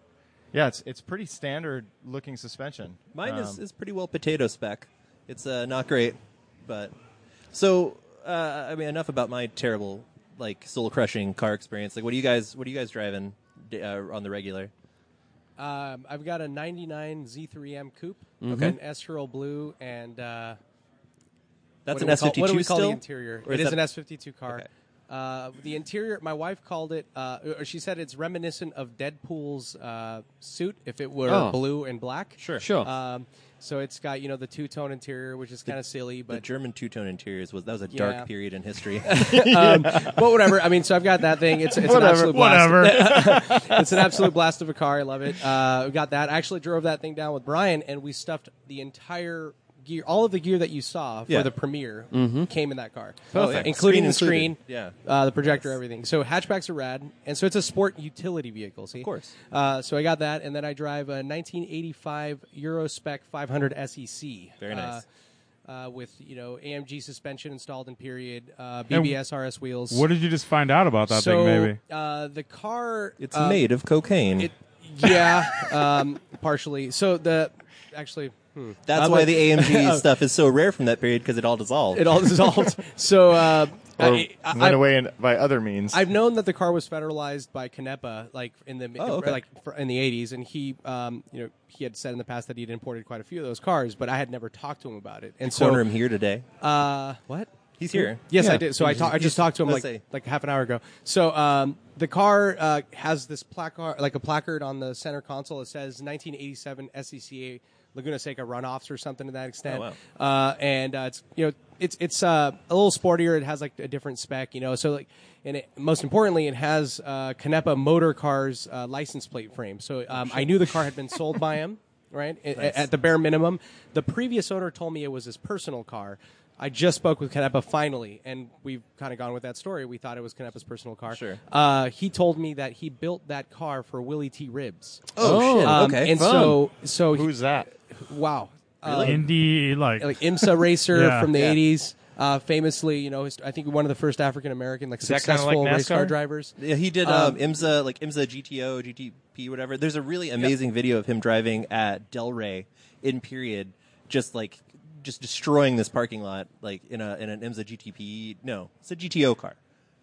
D: yeah, it's it's pretty standard looking suspension.
B: Mine is,
D: Um,
B: is pretty well potato spec. It's uh, not great, but so uh, I mean enough about my terrible like soul crushing car experience. Like what do you guys what are you guys driving d- uh, on the regular?
C: Um, I've got a '99 Z3M coupe,
B: Mm-hmm.
C: okay. an Estoril blue, and uh,
B: That's an
C: what do we
B: S52
C: call- What do we
B: still?
C: call the interior?
B: Or
C: it is
B: that-
C: an S52 car.
B: Okay.
C: Uh, the interior, my wife called it, uh, or she said it's reminiscent of Deadpool's uh, suit if it were
A: Oh.
C: blue and black.
B: Sure.
A: Sure.
C: Um, so it's got you know the two tone interior, which is kind of silly,
B: The
C: but
B: German two-tone interiors was that was a
C: Yeah.
B: dark period in history.
C: um, but whatever. I mean, so I've got that thing. It's it's an absolute blast.
E: Whatever.
C: It's an absolute blast of a car. I love it. Uh, we got that. I actually drove that thing down with Brian, and we stuffed the entire gear, all of the gear that you saw for
B: Yeah. Mm-hmm.
C: the premiere came in that car, Uh,
B: Perfect. yeah.
C: including the
B: Screen
C: screen,
B: included. Yeah.
C: uh, the projector, everything. So hatchbacks are rad, and so it's a sport utility vehicle. See, of
B: course.
C: Uh, so I got that, and then I drive a 1985 Euro Spec 500 SEC.
B: Very nice.
C: E Uh, uh, with you know AMG suspension installed in period, uh,
E: And
C: BBS RS wheels.
E: what did you just find out about that
C: so
E: thing? Maybe
C: uh, the car
B: it's
C: uh,
B: made of cocaine.
C: it, yeah, um, partially. So the actually, hmm.
B: That's
C: I'm
B: why
C: a-
B: the AMG stuff is so rare from that period because it all dissolved.
C: Oh. it all dissolved. so uh,
D: or
C: I, I,
D: went away in, by other means.
C: I've known that the car was federalized by Canepa, like in the
B: Oh, okay.
C: like fr- in the eighties, and he, um, you know, he had said in the past that he'd imported quite a few of those cars, but I had never talked to him about it. And
B: corner
C: so,
B: him here today.
C: uh, what?
B: He's here.
C: Yes,
B: Mm-hmm. Yeah.
C: I did. So I, ta- I just talked to him like
B: let's say-
C: like half an hour ago. So um, the car uh, has this placard, like a placard on the center console. It says 1987 SCCA E Laguna Seca runoffs or something to that extent.
B: Oh,
C: uh, and uh, it's you know it's it's uh, a little sportier. It has like a different spec, you know. So like and it, most importantly, it has uh, Canepa Motor Cars uh, license plate frame. So um, I knew the car had been sold by him. Right A- at the bare minimum, the previous owner told me it was his personal car, I just spoke with Canepa finally, and we've kind of gone with that story. We thought it was Canepa's personal car.
B: Sure.
C: Uh, he told me that he built that car for Willie T. Ribs.
B: Oh, shit.
C: Um,
B: okay.
C: And
B: Fun.
C: so, so he-
D: Who's that?
C: wow. Uh,
E: Indie, like,
C: like IMSA racer
E: Yeah.
C: from the
B: Yeah.
C: 80s. Uh, famously, you know, his, I think one of the first African American like
D: that kinda like
C: successful race car
D: NASCAR?
C: drivers.
B: Yeah, he did um, IMSA, like IMSA GTO, GTP, whatever. There's a really amazing video of him driving at Delray in period, just like just destroying this parking lot, like in a in an IMSA GTP. No, it's a GTO car.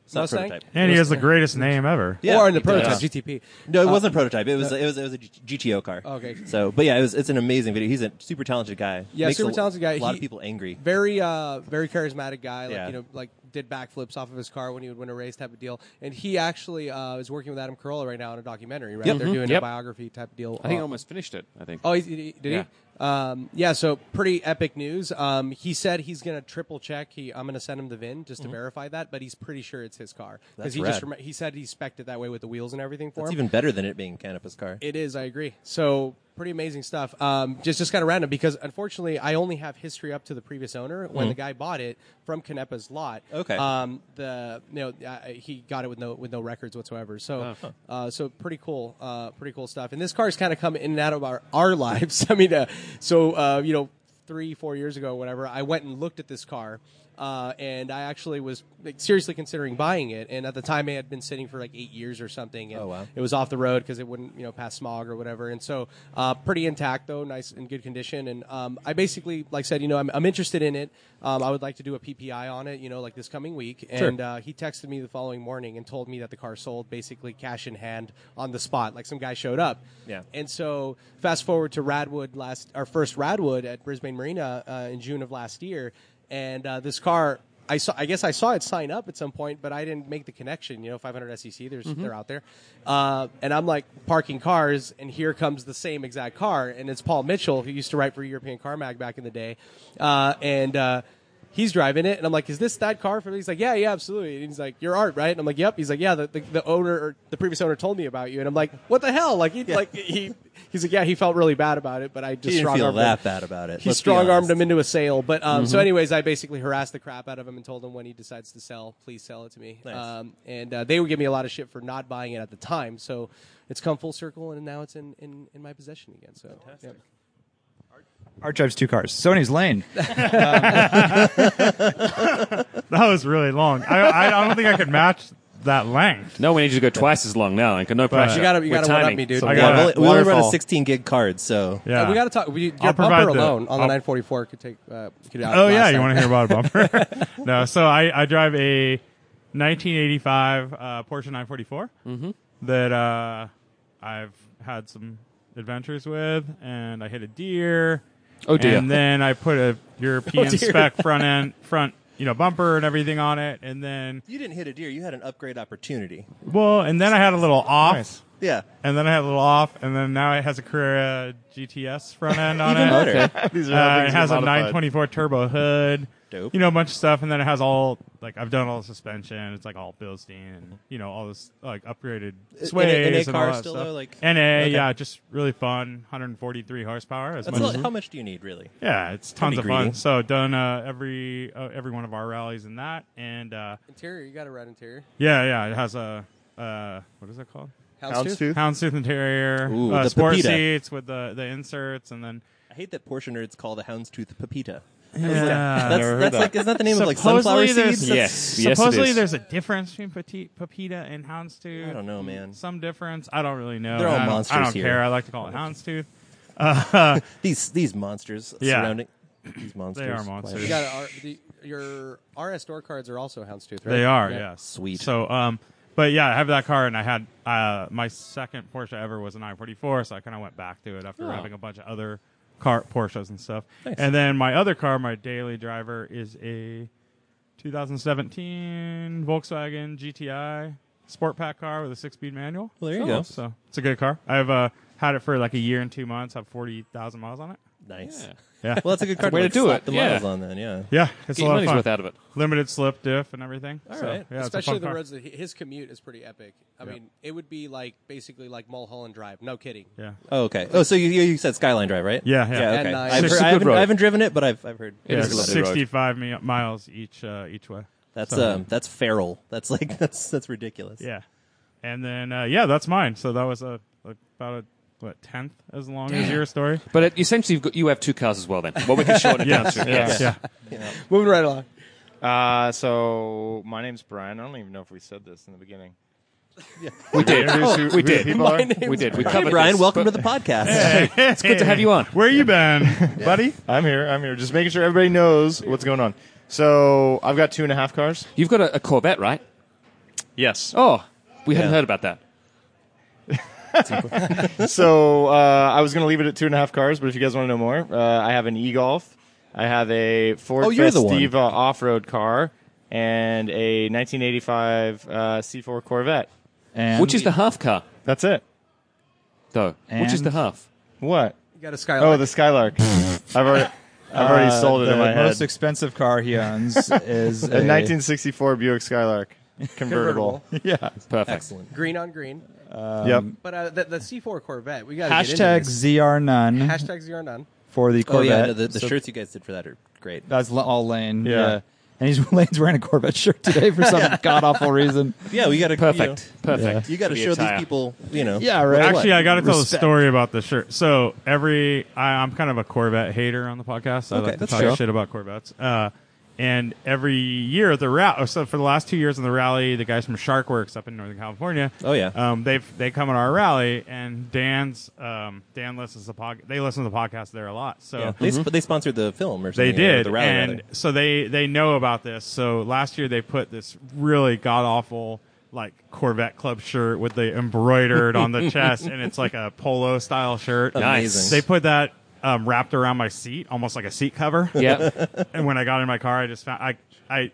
B: It's not a
C: Mustang?
B: prototype.
E: and he has the greatest name ever.
B: Yeah,
C: or in the
B: he does.
C: prototype GTP.
B: No, it wasn't a prototype. It was it was it was a G- GTO car.
C: Uh, Okay.
B: So, but yeah, it was it's an amazing video. He's a super talented guy.
C: Yeah,
B: Makes
C: super
B: a,
C: talented guy.
B: A lot of
C: He-
B: people angry.
C: Very, uh, very charismatic guy. Like
B: Yeah.
C: you know, like did backflips off of his car when he would win a race type of deal. And he actually uh, is working with Adam Carolla right now on a documentary. Right, they're doing
A: Mm-hmm. Yep.
C: a biography type deal.
A: I think I
C: uh,
A: almost finished it. I think.
C: Oh, he, he- did
A: Yeah.
C: he? Um, yeah. So pretty epic news. Um, he said he's gonna triple check. He, I'm gonna send him the VIN just
A: Mm-hmm.
C: to verify that, but he's pretty sure it's his car
B: That's
C: he just
B: rad.
C: rem- he said he spec'd it that way with the wheels and everything for
B: It's
C: him.
B: even better than it being Canopus car.
C: It is. I agree. So pretty amazing stuff. Um, just just kind of random because unfortunately I only have history up to the previous owner when the guy bought it from Canepa's lot.
B: Mm-hmm. Okay.
C: Um, the you know uh, he got it with no with no records whatsoever.
B: Oh,
C: So uh, so pretty cool. Uh, pretty cool stuff. And this car's kind of come in and out of our our lives. I mean, uh, so uh, you know. Three, four years ago, whatever, I went and looked at this car, uh, and I actually was like, seriously considering buying it. And at the time, it had been sitting for like eight years or something. And
B: Oh, wow.
C: it was off the road because it wouldn't you know pass smog or whatever and so uh, pretty intact though nice in good condition and um, i basically like said you know i'm, I'm interested in it um, i would like to do a ppi on it you know like this coming week and uh, he texted me the following morning and told me that the car sold basically cash in hand on the spot like some guy showed up
B: Yeah.
C: and so fast forward to radwood last our first radwood at brisbane marina uh, in june of last year and uh, this car I saw. I guess I saw it sign up at some point, but I didn't make the connection. You know, 500 SEC. E There's they're out there, uh, and I'm like parking cars, and here comes the same exact car, and it's Paul Mitchell who used to write for European Car Mag back in the day, uh, and. Uh, He's driving it, and I'm like, "Is this that car?" For me? He's like, "Yeah, yeah, absolutely." And he's like, "You're Art, right?" And I'm like, "Yep." He's like, "Yeah, the, the, the owner or the previous owner told me about you." And I'm like, "What the hell?" Like he like he he's like, "Yeah, he felt really bad about it, but I just
B: He didn't
C: strong
B: feel
C: armed
B: that bad about it.
C: he
B: Let's be
C: strong armed
B: honest. Mm-hmm.
C: him into a sale. But um, so, anyways, I basically harassed the crap out of him and told him when he decides to sell, please sell it to me.
B: Nice.
C: Um, and uh, they would give me a lot of shit for not buying it at the time. So it's come full circle, and now it's in, in, in my possession again. So yeah.
F: Art drives two cars. So anyways, Lane.
E: That was really long. I, I don't think I could match that length.
C: Uh,
A: No, we need you to go twice as long now. I can no pressure.
C: you gotta you
A: We're
C: gotta one up
A: timing.
C: me, dude.
E: I
B: Yeah,
E: got
B: we only-
E: it.
B: we only run a
E: Waterfall.
B: 16 gig card, so
E: Yeah.
C: Uh, we gotta talk. We, your
E: I'll provide
C: bumper
E: the-
C: alone on the
E: I'll-
C: 944 could take. Uh, could
E: Oh yeah, you want to hear about a bumper? no, so I, I drive a 1985 uh, Porsche 944
C: Mm-hmm.
E: that uh, I've had some adventures with, and I hit a deer.
A: Oh, dear.
E: And then I put a European
C: Oh, dear.
E: spec front end front you know bumper and everything on it, and then
B: you didn't hit a deer. You had an upgrade opportunity.
E: well, and then I had a little off.
B: Yeah.
E: And then I had a little off, and then now it has a Carrera GTS front end on it.
D: These are all
E: Uh,
D: things
E: it
D: you
E: has a
D: modified.
E: 924 turbo hood.
B: Dope.
E: You know, a bunch of stuff, and then it has all like I've done all the suspension. It's like all Bilstein, and you know all this like upgraded
B: a-
E: sways
B: NA
E: and
B: car
E: all that
B: still,
E: stuff.
B: though, like-
E: NA,
B: Okay.
E: yeah, just really fun. 143 horsepower. As
B: That's
E: much
B: a
E: as-
B: lot,
C: Mm-hmm.
B: how much do you need, really?
E: yeah, it's tons
B: Pretty
E: of fun.
B: greedy.
E: So done uh, every uh, every one of our rallies in that, and uh,
C: interior. You gotta ride interior.
E: yeah, yeah, it has a uh, what is it called?
C: Houndstooth?
D: Houndstooth?
E: Houndstooth interior,
B: Ooh,
E: uh,
B: the
E: sport
B: Pepita.
E: seats with the the inserts, and then
B: I hate that Porsche nerds call the houndstooth Pepita.
E: yeah,
B: That's, that's like, isn't that the name of like sunflower
E: there's-
B: seeds?
A: Yes.
E: sus-
A: Yes, it
E: Supposedly
A: is.
E: there's a difference between peti- Pepita and Houndstooth. Mm,
B: I don't know, man.
E: Some difference. I don't really know.
B: They're all
E: I don't-
B: monsters
E: I don't
B: here.
E: care. I like to call it Houndstooth.
B: These these monsters
E: Yeah.
B: surrounding these monsters.
E: They are monsters.
C: You got a R- the, your RS door cards are also houndstooth, right?
E: They are,
C: Yeah.
E: yes.
B: Sweet.
E: So, um, but yeah, I have that car, and I had uh, my second Porsche ever was a 944, so I kind of went back to it after
B: Ah.
E: having a bunch of other car Porsches and stuff. And then my other car, my daily driver, is a 2017 Volkswagen GTI Sport Pack car with a six-speed manual.
B: Well, there you
E: so,
B: go.
E: So it's a good car. I've uh, had it for like a year and two months. Have 40,000 miles on it.
B: Nice.
E: Yeah.
B: Well, that's a good card
A: way
B: like,
A: to do
B: slap
A: it,
B: The
A: yeah.
B: miles on then, yeah.
E: Yeah, it's
A: Get
E: a
A: your
E: lot of
A: money's
E: fun.
A: worth out of it.
E: Limited slip diff and everything. All right,
B: right.
E: yeah, it's a
C: Especially
E: fun
C: the
E: car.
C: roads that he- his commute is pretty epic. I mean, it would be like basically like Mulholland Drive. No kidding.
E: Yeah,
B: Oh, okay. Oh, so you you you said Skyline Drive, right?
E: Yeah, yeah.
B: yeah
C: And
B: okay.
C: nice.
B: I've
A: It's
B: heard,
A: a
B: I,
A: good
B: haven't,
A: road.
B: I haven't driven it, but I've I've heard.
A: It
E: yeah.
A: is a lovely road.
E: sixty-five mi- miles each uh, each way.
B: That's
E: So-
B: um that's feral. That's like that's that's ridiculous.
E: Yeah, and then uh, yeah, that's mine. So that was a about a what tenth as long as your story.
A: But it, essentially, you've got, you have two cars as well. Then, well, we can shorten it down
E: Yes,
A: to.
E: yes, yeah.
C: Moving right along.
D: Uh, so my name's Brian. I don't even know if we said this in the beginning.
A: We did.
D: Introduce who-
A: we
D: who the
A: did.
D: people are?
A: We did. We
B: Hey,
A: covered
B: Brian,
A: this,
B: welcome
A: but-
B: to the podcast.
A: It's good to have you on.
E: Where you been, buddy?
D: I'm here. I'm here. Just making sure everybody knows what's going on. So I've got two and a half cars.
A: You've got a, a Corvette, right?
D: Yes.
A: Oh, we hadn't
B: Yeah.
A: heard about that.
D: so uh, I was going to leave it at two and a half cars, but if you guys want to know more, uh, I have an e-golf. I have a Ford
B: Oh, you're the one.
D: Festiva off-road car and a 1985 uh, C4 Corvette.
F: And
A: Which is the half car,
D: That's it.
A: though? Which is the
F: And-
A: half?
D: What?
C: You got a skyline.
D: Oh, the Skylark. I've already, I've already
F: uh,
D: sold it
F: the
D: in my
F: most
D: head.
F: expensive car he owns is
D: A
F: a
D: 1964 Buick Skylark convertible.
F: Yeah.
A: Perfect.
B: Excellent.
C: green on green.
D: yep.
F: Um,
C: But uh, the, the C4 Corvette, we got to get
F: Hashtag
C: into this.
F: ZR none
C: Hashtag zero none.
F: for the
B: Oh
F: Corvette.
B: yeah, no, the, the
F: So
B: shirts you guys did for that are great.
F: That's l- all Lane.
D: Yeah.
F: Yeah. And he's Lane's wearing a Corvette shirt today for some god awful reason.
B: Yeah, we got to
A: Perfect. Perfect.
B: You, got to
A: The
B: show
A: attire.
B: these people, you know.
F: Yeah, right.
E: Actually, I got to tell a
F: Respect.
E: story about the shirt. So every I, I'm kind of a Corvette hater on the podcast. I
B: Okay,
E: like to
B: that's
E: talk
B: fair.
E: shit about Corvettes. Uh, and every year at the rally, so for the last two years in the rally, the guys from Sharkworks up in Northern California.
B: Oh, yeah.
E: um, they they come on our rally, and Dan's um, Dan listens to pod. They listen to the podcast there a lot. So
B: Yeah. They, sp- they sponsored the film or something.
E: Uh-huh. they
B: or
E: did,
B: the rally,
E: and
B: rather.
E: so they they know about this. So last year they put this really god awful like Corvette Club shirt with the embroidered on the chest, and it's like a polo style shirt.
B: Amazing.
E: They put that um, wrapped around my seat, almost like a seat cover.
A: Yeah.
E: and when I got in my car, I just found I I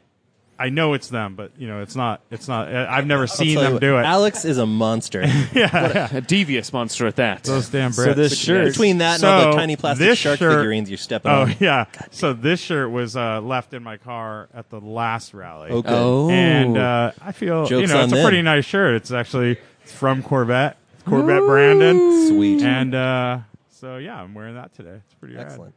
E: I know it's them, but you know it's not. It's not. I- I've never
B: I'll
E: seen
B: tell you
E: them
B: what,
E: do it.
B: Alex is a monster.
A: a devious monster at that.
E: Those damn Brits.
F: So this shirt.
B: Between that and all the tiny plastic
E: this
B: shark
E: shirt-
B: figurines you're stepping
E: Oh
B: on.
E: yeah. So this shirt was uh, left in my car at the last rally.
B: Okay.
A: Oh.
E: And uh, I feel you
B: Joke's
E: know it's
B: on
E: a pretty
B: them.
E: nice shirt. It's actually from Corvette. It's Corvette Brandon.
B: Sweet.
E: And uh, so yeah, I'm wearing that today. It's pretty rad.
B: Excellent.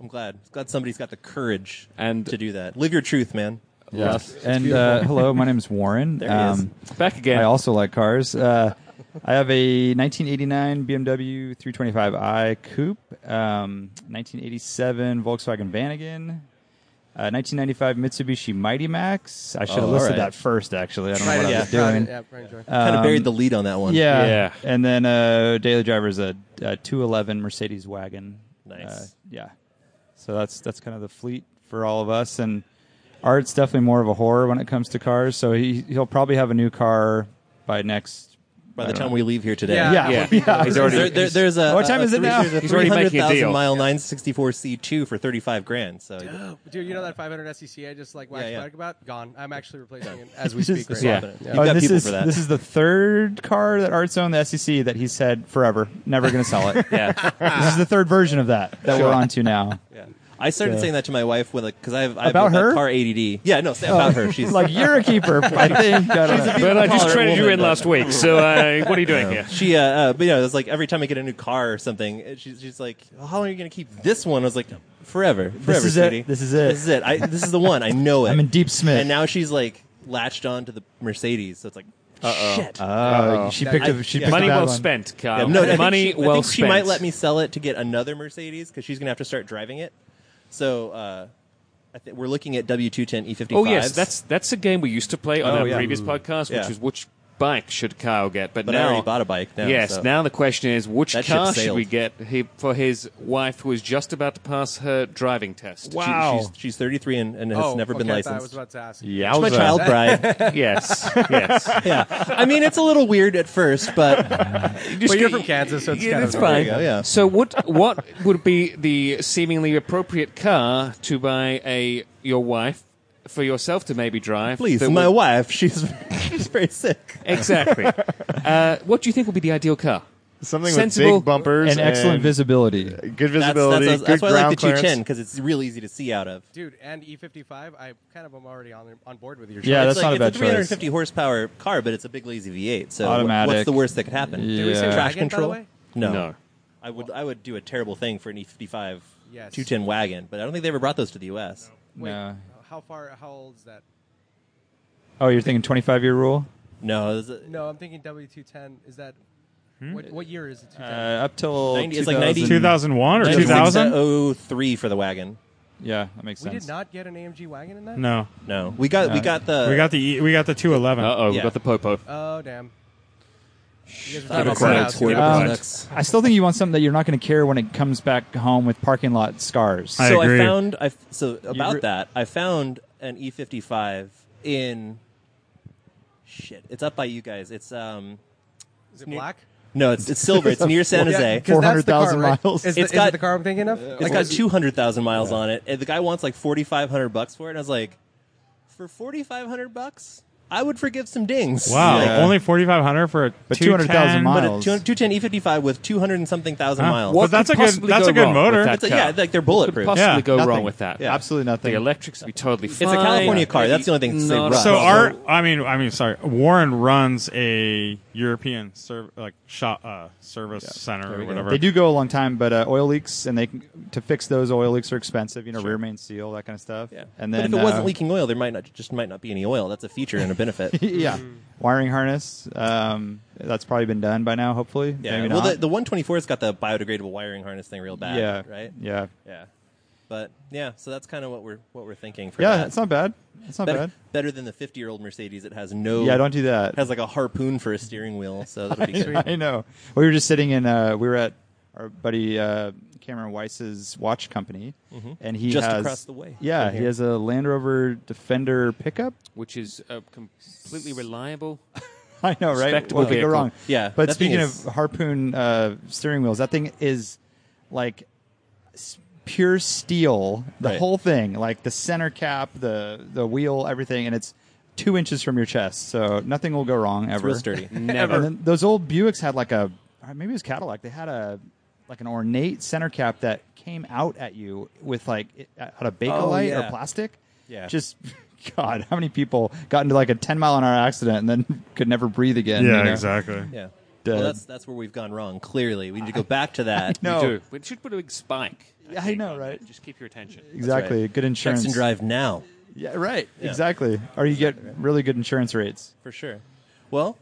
B: I'm glad. Glad somebody's got the courage
A: And-
B: to do that. Live your truth, man.
F: Yeah. And uh, hello, my name is Warren. Um,
B: There he is.
A: Back again.
F: I also like cars. Uh, I have a 1989 BMW 325i Coupe, um, 1987 Volkswagen Vanagon, uh, 1995 Mitsubishi Mighty Max. I should have
B: Oh,
F: listed
B: all right.
F: that first, actually. I don't know
C: Right,
F: what I
C: yeah,
F: was doing.
C: right, yeah, right, right.
B: Kind of
F: Um,
B: buried the lead on that one.
F: Yeah.
A: Yeah.
F: And then uh, Daily Driver is a, a 211 Mercedes wagon.
B: Nice.
F: Uh, yeah. So that's that's kind of the fleet for all of us. And Art's definitely more of a horror when it comes to cars. So he, he'll probably have a new car by next.
B: By
F: I
B: the
F: don't
B: time
F: know.
B: we leave here today.
C: Yeah.
F: Yeah.
A: Yeah. He's
B: There-
A: already-
B: there- there's a,
F: What time
B: a
F: is it
B: three-
F: now?
B: There's a
A: He's already making a
B: 300,000
A: deal.
B: mile 964C2 for 35 grand. So
C: Dude, you know that 500 SEC E I just like waxed
B: Yeah, yeah.
C: poetic about? Gone. I'm actually replacing it as we
F: Just-
C: speak. Right
A: Yeah.
C: now.
B: you've
F: Oh,
B: got
F: this
B: people
F: is
B: for that.
F: this is the third car that Art's owned the SEC that he said forever never going to sell it.
A: yeah.
F: This is the third version of that that we're on to now.
B: yeah. I started saying that to my wife when, because I have, I have
F: About
B: that
F: her? Oh.
B: car ADD. Yeah, no, say about her. She's
F: Like you're a keeper, I think. I don't know.
A: But I just
B: Taller
A: traded you
B: woman,
A: in
B: but-
A: last week, so uh, what are you doing here?
B: She, uh, uh, but yeah, it's like every time I get a new car or something, it- she's, she's like, "How long are you going to keep this one?" I was like, "Forever, forever,
F: is it.
B: sweetie.
F: This is it.
B: This is it. I, this is the one. I know it."
F: I'm in Deep Smith.
B: and now she's like latched on to the Mercedes, so it's like, shit.
F: Oh, she picked
B: I-
F: a she
B: yeah.
F: picked
A: Money
F: a bad
A: well
F: one.
A: spent, Carl.
B: Yeah, no, I think
A: Money
B: she, I
A: well
B: think
A: spent.
B: She might let me sell it to get another Mercedes because she's going to have to start driving it. So uh, I think we're looking at W two ten E fifty.
A: Oh yes, that's that's a game we used to play on
B: Oh,
A: our
B: yeah.
A: previous podcast, which
B: Yeah.
A: was which bike should Kyle get? But,
B: But I
A: now
B: already bought a bike now,
A: yes,
B: so-
A: now the question is which
B: That ship
A: car should
B: sailed.
A: we get he, for his wife who is just about to pass her driving test?
B: wow. she's, she's thirty three and, and has
C: Oh,
B: never been
C: okay, I thought I
B: licensed.
C: was about to ask.
B: It's my
F: uh,
B: child bride.
A: yes, yes.
B: yeah, I mean it's a little weird at first, but
C: Well, you're from Kansas, so it's
A: yeah,
C: kind
A: that's
C: of
A: fine.
B: There you go, yeah.
A: So what what would be the seemingly appropriate car to buy a your wife for yourself to maybe drive?
B: please,
A: that
B: my
A: would-
B: wife, she's she's very sick.
A: exactly. uh, what do you think would be the ideal car?
D: something
A: Sensible
D: with big bumpers
F: and excellent
D: and
F: visibility.
D: good
B: That's,
D: visibility,
B: that's, that's,
D: good
B: why I
D: ground
B: like the
D: clearance.
B: Q10 because it's real easy to see out of.
C: dude. And E55, I kind of am already on on board with your.
F: Yeah,
C: choice.
F: that's
B: it's
F: not
B: like,
F: a bad
B: it's a
F: choice.
B: 350 horsepower car, but it's a big lazy V8. So what-
F: Automatic.
B: what's the worst that could happen?
F: Did we say Yeah.
B: Trash
C: wagon, by the
B: control?
C: way?
B: No.
A: No.
B: I would I would do a terrible thing for an E55
C: Yes.
B: 210 wagon, but I don't think they ever brought those to the US.
C: Wait,
F: No.
C: how far? How old is that?
F: Oh, you're thinking 25 year rule?
B: No, it was a-
C: No, I'm thinking W210. Is that what, what year is it?
F: Uh, up till
B: 90 it's
F: 2000
B: like 90
E: 2001 or 2000?
B: 2003 for the wagon.
F: Yeah, that makes
C: we
F: sense.
C: did not get an AMG wagon in that.
E: No,
B: No. We got we
F: No.
B: got the
E: Uh, we got the E- we got the 211.
A: Uh oh, we
B: Yeah.
A: got the popo.
C: Oh damn. You
B: uh,
C: guys are
A: Give
C: talking
A: it
C: about
A: quiet,
C: Clubhouse.
A: give it
C: Yeah.
A: quiet.
B: products.
F: I still think you want something that you're not going to care when it comes back home with parking lot scars.
E: I
B: so I
E: agree.
B: found I f- so about
F: re-
B: that I found an E55 in shit. It's up by you guys. It's um
C: Is it black?
B: no, it's it's silver. It's near San
C: Yeah,
B: Jose.
C: 'cause that's the car,
F: 400,000
C: right?
F: miles.
C: Is,
B: It's
C: the, is it
B: got-
C: the car I'm thinking of? Like,
B: It's got two hundred thousand miles on it, and the guy wants like forty five hundred bucks for it. And I was like, for forty five hundred bucks, I would forgive some dings.
E: Wow,
B: Like,
F: Yeah.
E: only 4,500 for a
F: But 200,000
E: 210?
F: miles.
B: but a two ten E fifty five with two hundred and something thousand
E: Huh?
B: miles.
E: What
A: What
E: that's
A: could
E: a good-
A: possibly
E: that's
A: go
E: a good
A: wrong with
E: motor.
A: that
B: It's a-
A: car?
B: yeah, like they're
A: What could
B: bulletproof.
A: possibly
E: Yeah.
A: go
F: Nothing.
A: wrong with that?
B: Yeah.
F: Absolutely
A: The
F: nothing.
A: electrics would be totally fine.
B: a California car. That's the only thing that's
A: Not
B: rough.
A: a-
E: So
B: Well,
E: our, I mean, I mean, sorry. Warren runs a European serv- like shop, uh, service center or whatever.
F: They do go a long time, but uh, oil leaks and they can, to fix those oil leaks are expensive. You know, rear main seal, that kind of stuff.
B: Yeah.
F: And
B: but
F: then
B: if it wasn't
F: uh,
B: leaking oil, there might not just might not be any oil. That's a feature and a benefit.
F: yeah,
B: Hmm.
F: wiring harness. Um, that's probably been done by now. Hopefully,
B: Yeah.
F: Maybe
B: well,
F: not.
B: the the one twenty four's got the biodegradable wiring harness thing real bad.
F: yeah,
B: Right.
F: Yeah,
B: Yeah. But yeah, so that's kind of what we're what we're thinking for
F: yeah.
B: that.
F: It's not bad. It's not
B: better,
F: bad.
B: better than the fifty year old Mercedes that has no
F: Yeah, don't do that.
B: has like a harpoon for a steering wheel, so that'll be good.
F: I know. We were just sitting in. Uh, we were at our buddy uh, Cameron Weiss's watch company, and he
B: Mm-hmm. Just
F: has-
B: across the way
F: Yeah,
B: from
F: he
B: here.
F: has a Land Rover Defender pickup.
A: which is uh, completely reliable.
F: I know, right?
A: Respectable
F: what could go
A: vehicle.
F: wrong?
B: Yeah,
F: But
B: that thing
F: speaking
B: is-
F: of harpoon uh, steering wheels, that thing is like s- pure steel. The
B: Right.
F: whole thing, like the center cap, the the wheel, everything, and it's two inches from your chest, so nothing will go wrong ever.
B: real sturdy.
A: Never.
F: And then those old Buicks had like a or maybe it was Cadillac. They had a like an ornate center cap that came out at you with like it- uh, out of bakelite
B: yeah.
F: or plastic.
B: Yeah.
F: Just God, how many people got into like a ten mile an hour accident and then could never breathe again?
E: yeah,
F: you know?
E: exactly.
B: Yeah.
F: Dead.
B: Well, that's that's where we've gone wrong. Clearly, we need to go back to that.
F: No,
A: We do. We should put a big spike.
F: Yeah, I
A: think,
F: know,
A: on
F: right?
A: that. Just keep your attention.
F: exactly.
B: right.
F: Good insurance.
B: Text and drive now
F: Yeah, right. Exactly. Or you get really good insurance rates.
B: for sure. Well,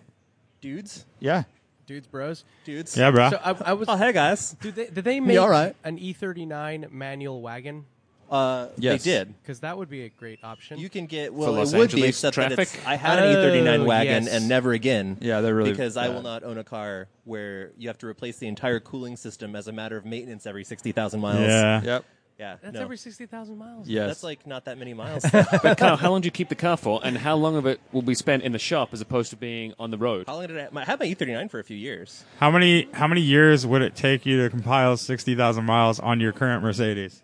B: dudes,
F: Yeah.
C: Dudes, bros.
B: dudes.
E: Yeah, bro.
C: So I, I was.
B: Oh, hey guys.
C: Did they, did they make
B: all right.
C: an E39 manual wagon?
B: Uh,
F: Yes.
B: They did.
C: Because that would be a great option.
B: You can get well.
A: For Los
B: it would be
A: Angeles
B: except that it's-
A: traffic?
B: I had an E39
C: Oh,
B: wagon
C: yes.
B: and never again.
F: Yeah, they're really
B: because I
F: bad.
B: will not own a car where you have to replace the entire cooling system as a matter of maintenance every sixty thousand miles.
E: yeah.
F: Yep.
B: yeah.
C: That's
B: no.
C: every sixty thousand miles.
F: Yes.
B: That's like not that many miles.
A: But Kyle, how long do you keep the car for, and how long of it will be spent in the shop as opposed to being on the road?
B: How long did I, I had my E39 for a few years?
E: How many how many years would it take you to compile 60,000 miles on your current Mercedes?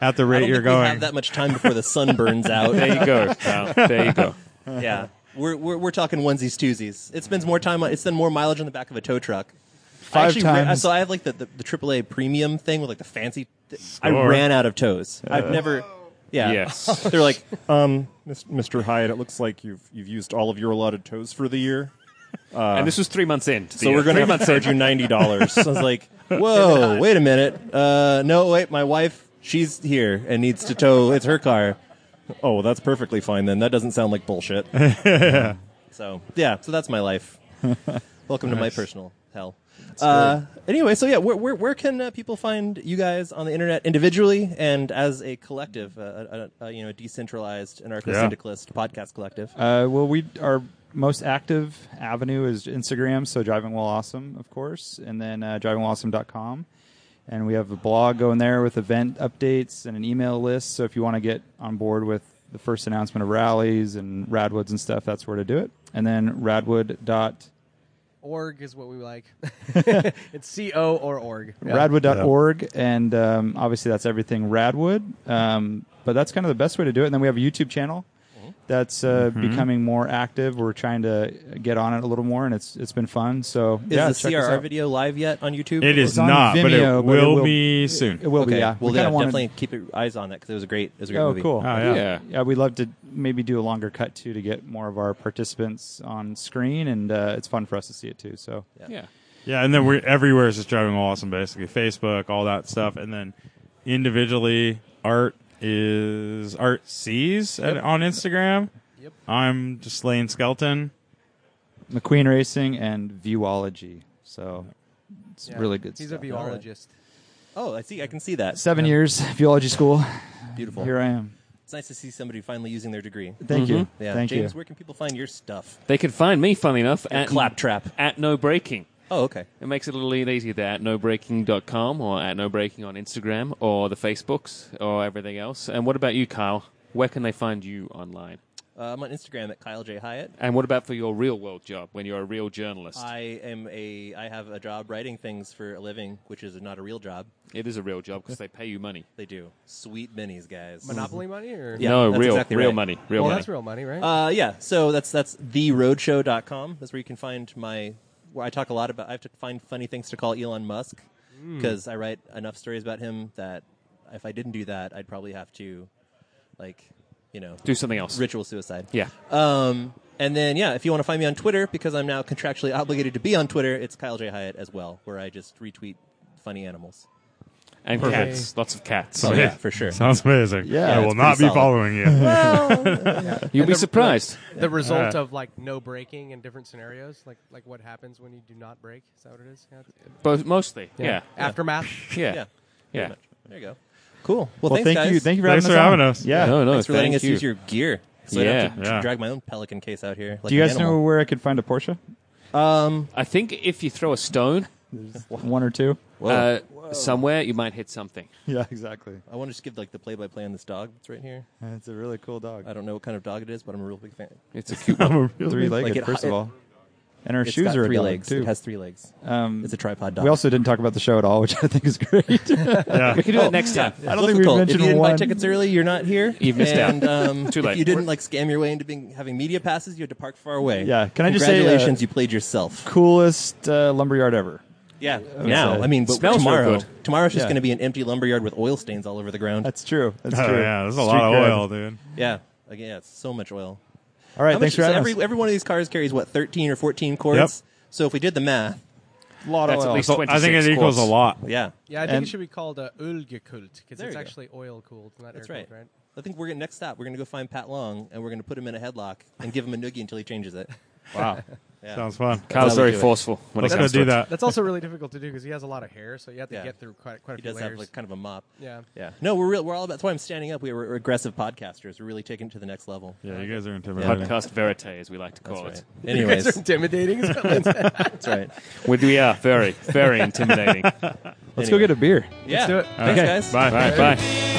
E: At the
B: I
E: rate
B: don't
E: you're
B: think
E: going.
B: We have that much time before the sun burns out.
A: There you go. Kyle. There you go.
B: yeah, we're, we're we're talking onesies twosies. It spends more time. on It's spend more mileage on the back of a tow truck. I
F: Five
B: actually ran-
F: times.
B: so I have like the, the the AAA premium thing with like the fancy. Th- I
E: Score.
B: ran out of tows. I've never. Yeah. Uh,
A: Yes.
B: They're like,
G: Mr. Hyde, it looks like you've you've used all of your allotted toes for the year.
A: and this was three months in.
B: so we're going to have to charge you ninety dollars. I was like, whoa, wait a minute. Uh, no, wait, my wife, she's here and needs to tow. It's her car. Oh, well, that's perfectly fine then. That doesn't sound like bullshit. so yeah, so that's my life. Welcome to my personal hell. Uh, anyway, so yeah, where where, where can uh, people find you guys on the internet individually and as a collective, uh, a, a, a, you know, decentralized anarcho-syndicalist podcast collective?
F: Uh, well, we our most active avenue is Instagram, so Driving Well Awesome, of course, and then uh, drivingwellawesome.com. And we have a blog going there with event updates and an email list. So if you want to get on board with the first announcement of rallies and Radwoods and stuff, that's where to do it. And then Radwood dot
C: Org is what we like. it's C O or org.
F: radwood.org and um,
E: Mm-hmm.
F: obviously that's everything radwood um, but that's kind of the best way to do it and then we have a youtube channel that's uh, becoming more active. We're trying to get on it a little more, and it's it's been fun. So
B: Is
F: yeah,
B: the
F: check us
B: CRR
F: out.
B: video live yet on YouTube?
E: It is
F: on
E: not, but it
F: Vimeo,
E: will,
F: but it will-
E: be soon.
F: It will
B: Okay.
F: be, yeah.
B: Well,
F: we
B: yeah,
F: kinda wanna-
B: definitely keep your eyes on that because it was a great, it was a great
F: Oh,
B: movie.
F: cool.
E: Oh, yeah.
A: Yeah.
F: Yeah, we'd love to maybe do a longer cut too to get more of our participants on screen, and uh, it's fun for us to see it too. So
A: Yeah.
E: Yeah, and then we're everywhere is just driving awesome, basically Facebook, all that stuff, and then individually art is art sees at, on Instagram. Yep. I'm just Lane Skelton.
F: McQueen Racing and Viewology. So it's
C: Yeah.
F: really good
C: He's
F: stuff.
C: a biologist.
B: Oh, I see. I can see that.
F: Seven years Viewology school.
B: Beautiful.
F: Here I am.
B: It's nice to see somebody finally using their degree.
F: Thank you.
B: Mm-hmm. Yeah.
F: Thank
B: James,
F: you.
B: where can people find your stuff?
A: They can find me, funny enough, at
B: Claptrap.
A: at no breaking.
B: Oh, okay.
A: It makes it a little easier there at nobreaking.com or at nobreaking on Instagram or the Facebooks or everything else. And what about you, Kyle? Where can they find you online?
B: Uh, I'm on Instagram at Kyle J Hyatt.
A: And what about for your real world job when you're a real journalist?
B: I am a. I have a job writing things for a living, which is not a real job.
A: it is a real job because they pay you money.
B: They do sweet minis, guys.
C: Monopoly money or
B: Yeah,
A: no,
B: that's
A: real,
B: exactly
A: real
B: right.
A: money, real
C: Well,
A: money.
C: that's real money, right?
B: Uh, yeah. So that's that's theroadshow.com. That's where you can find my where I talk a lot about. I have to find funny things to call Elon Musk because I write enough stories about him that if I didn't do that, I'd probably have to, like, you know,
A: Do something else.
B: ritual suicide.
A: Yeah.
B: Um, and then yeah, if you want to find me on Twitter because I'm now contractually obligated to be on Twitter, it's Kyle J Hyatt as well, where I just retweet funny animals.
A: And
E: Perfect.
A: cats. Lots of cats.
B: Oh yeah, for sure.
E: Sounds amazing.
F: Yeah,
E: I will
B: it's
E: not be
B: pretty solid.
E: following you.
A: You'll
C: And
A: be
C: the-
A: surprised.
C: the result of like no breaking in different scenarios, like like what happens when you do not break. Is that what it is? Yeah.
A: Both, mostly. Yeah.
C: Aftermath.
A: Yeah.
B: Yeah.
A: Yeah.
B: Pretty much. There you go. Cool. Well,
F: Well,
B: thanks,
F: thank
B: guys.
F: you. Thank you for
E: Thanks
F: having us.
E: for
F: on.
E: having us.
F: Yeah.
A: No, no.
B: Thanks for letting
A: thank
B: us
A: you.
B: use your gear. So I don't have to
E: Yeah. Yeah.
B: drag my own Pelican case out here. Like
F: Do you
B: an
F: guys know
B: animal.
F: where I could find a Porsche?
B: Um,
A: I think if you throw a stone
F: One or two.
A: uh, somewhere, you might hit something.
F: Yeah, exactly.
B: I want to just give like the play-by-play on this dog that's right here.
F: It's a really cool dog.
B: I don't know what kind of dog it is, but I'm a real big fan.
A: It's a cute
E: I'm a real-
F: Three legged,
B: Like it-
F: first
B: it-
F: of all. And her
B: It's
F: shoes
B: got
F: are a
B: three
F: dog,
B: legs.
F: too.
B: It has three legs.
F: um,
B: It's a tripod dog.
F: we also didn't talk about the show at all, which I think is great.
E: yeah.
A: We can do it next time.
F: I don't think we
B: Difficult.
F: mentioned
B: if you didn't buy
F: one.
B: tickets early, you're not here.
A: You missed out.
B: and, Um,
A: Too
B: If
A: late.
B: you didn't like scam your way into being having media passes, you had to park far away.
F: Yeah. Can I just say, uh,
B: congratulations? you played yourself.
F: Coolest uh, lumberyard ever.
B: Yeah. Now,
F: say.
B: I mean, but
A: Smells real
B: tomorrow,
A: good.
B: tomorrow's just
F: Yeah.
B: going to be an empty lumberyard with oil stains all over the ground.
F: That's true. That's
E: Oh,
F: true.
E: yeah, there's a
F: Street
E: lot of
F: cred.
E: oil, dude.
B: yeah. Again, yeah, it's so much oil.
F: All right,
B: How
F: thanks
B: much,
F: for
B: so
F: having
B: every,
F: us.
B: every one of these cars carries what 13 or 14 quarts. So if we did the math,
F: lot
A: That's at least
E: So I think
A: 26
E: it equals
A: quarts.
E: a lot.
B: yeah,
C: Yeah, I think
F: And-
C: it should be called a Ölgekult because
B: There
C: it's
B: you go.
C: actually oil cooled, not
B: that's
C: air
B: right.
C: cooled, right?
B: I think we're gonna next stop. We're gonna go find Pat Long and we're gonna put him in a headlock and give him a noogie until he changes it.
E: Wow.
B: Yeah.
E: Sounds fun.
A: Kyle's
B: That's how we
A: very
B: do it.
A: forceful when
E: Let's
A: it
E: go
A: comes
E: do
A: to it.
E: that.
C: That's also really difficult to do because he has a lot of hair, so you have to
B: Yeah.
C: get through quite quite a
B: He
C: few
B: does
C: layers.
B: have like kind of a mop.
C: yeah.
B: Yeah. No, we're real. We're all about. That's why I'm standing up. We were aggressive podcasters. We're really taking it to the next level.
E: Yeah, you guys are intimidating.
A: Podcast verite, as we like to
B: That's
A: call
B: right.
A: it.
C: You guys are
B: Anyways,
C: intimidating. is what Lynn said.
B: that's right.
A: We, we are very, very intimidating.
F: Let's go get a beer.
B: Yeah.
C: do it.
B: Thanks, guys.
E: Bye.
A: All right, bye.
E: Bye.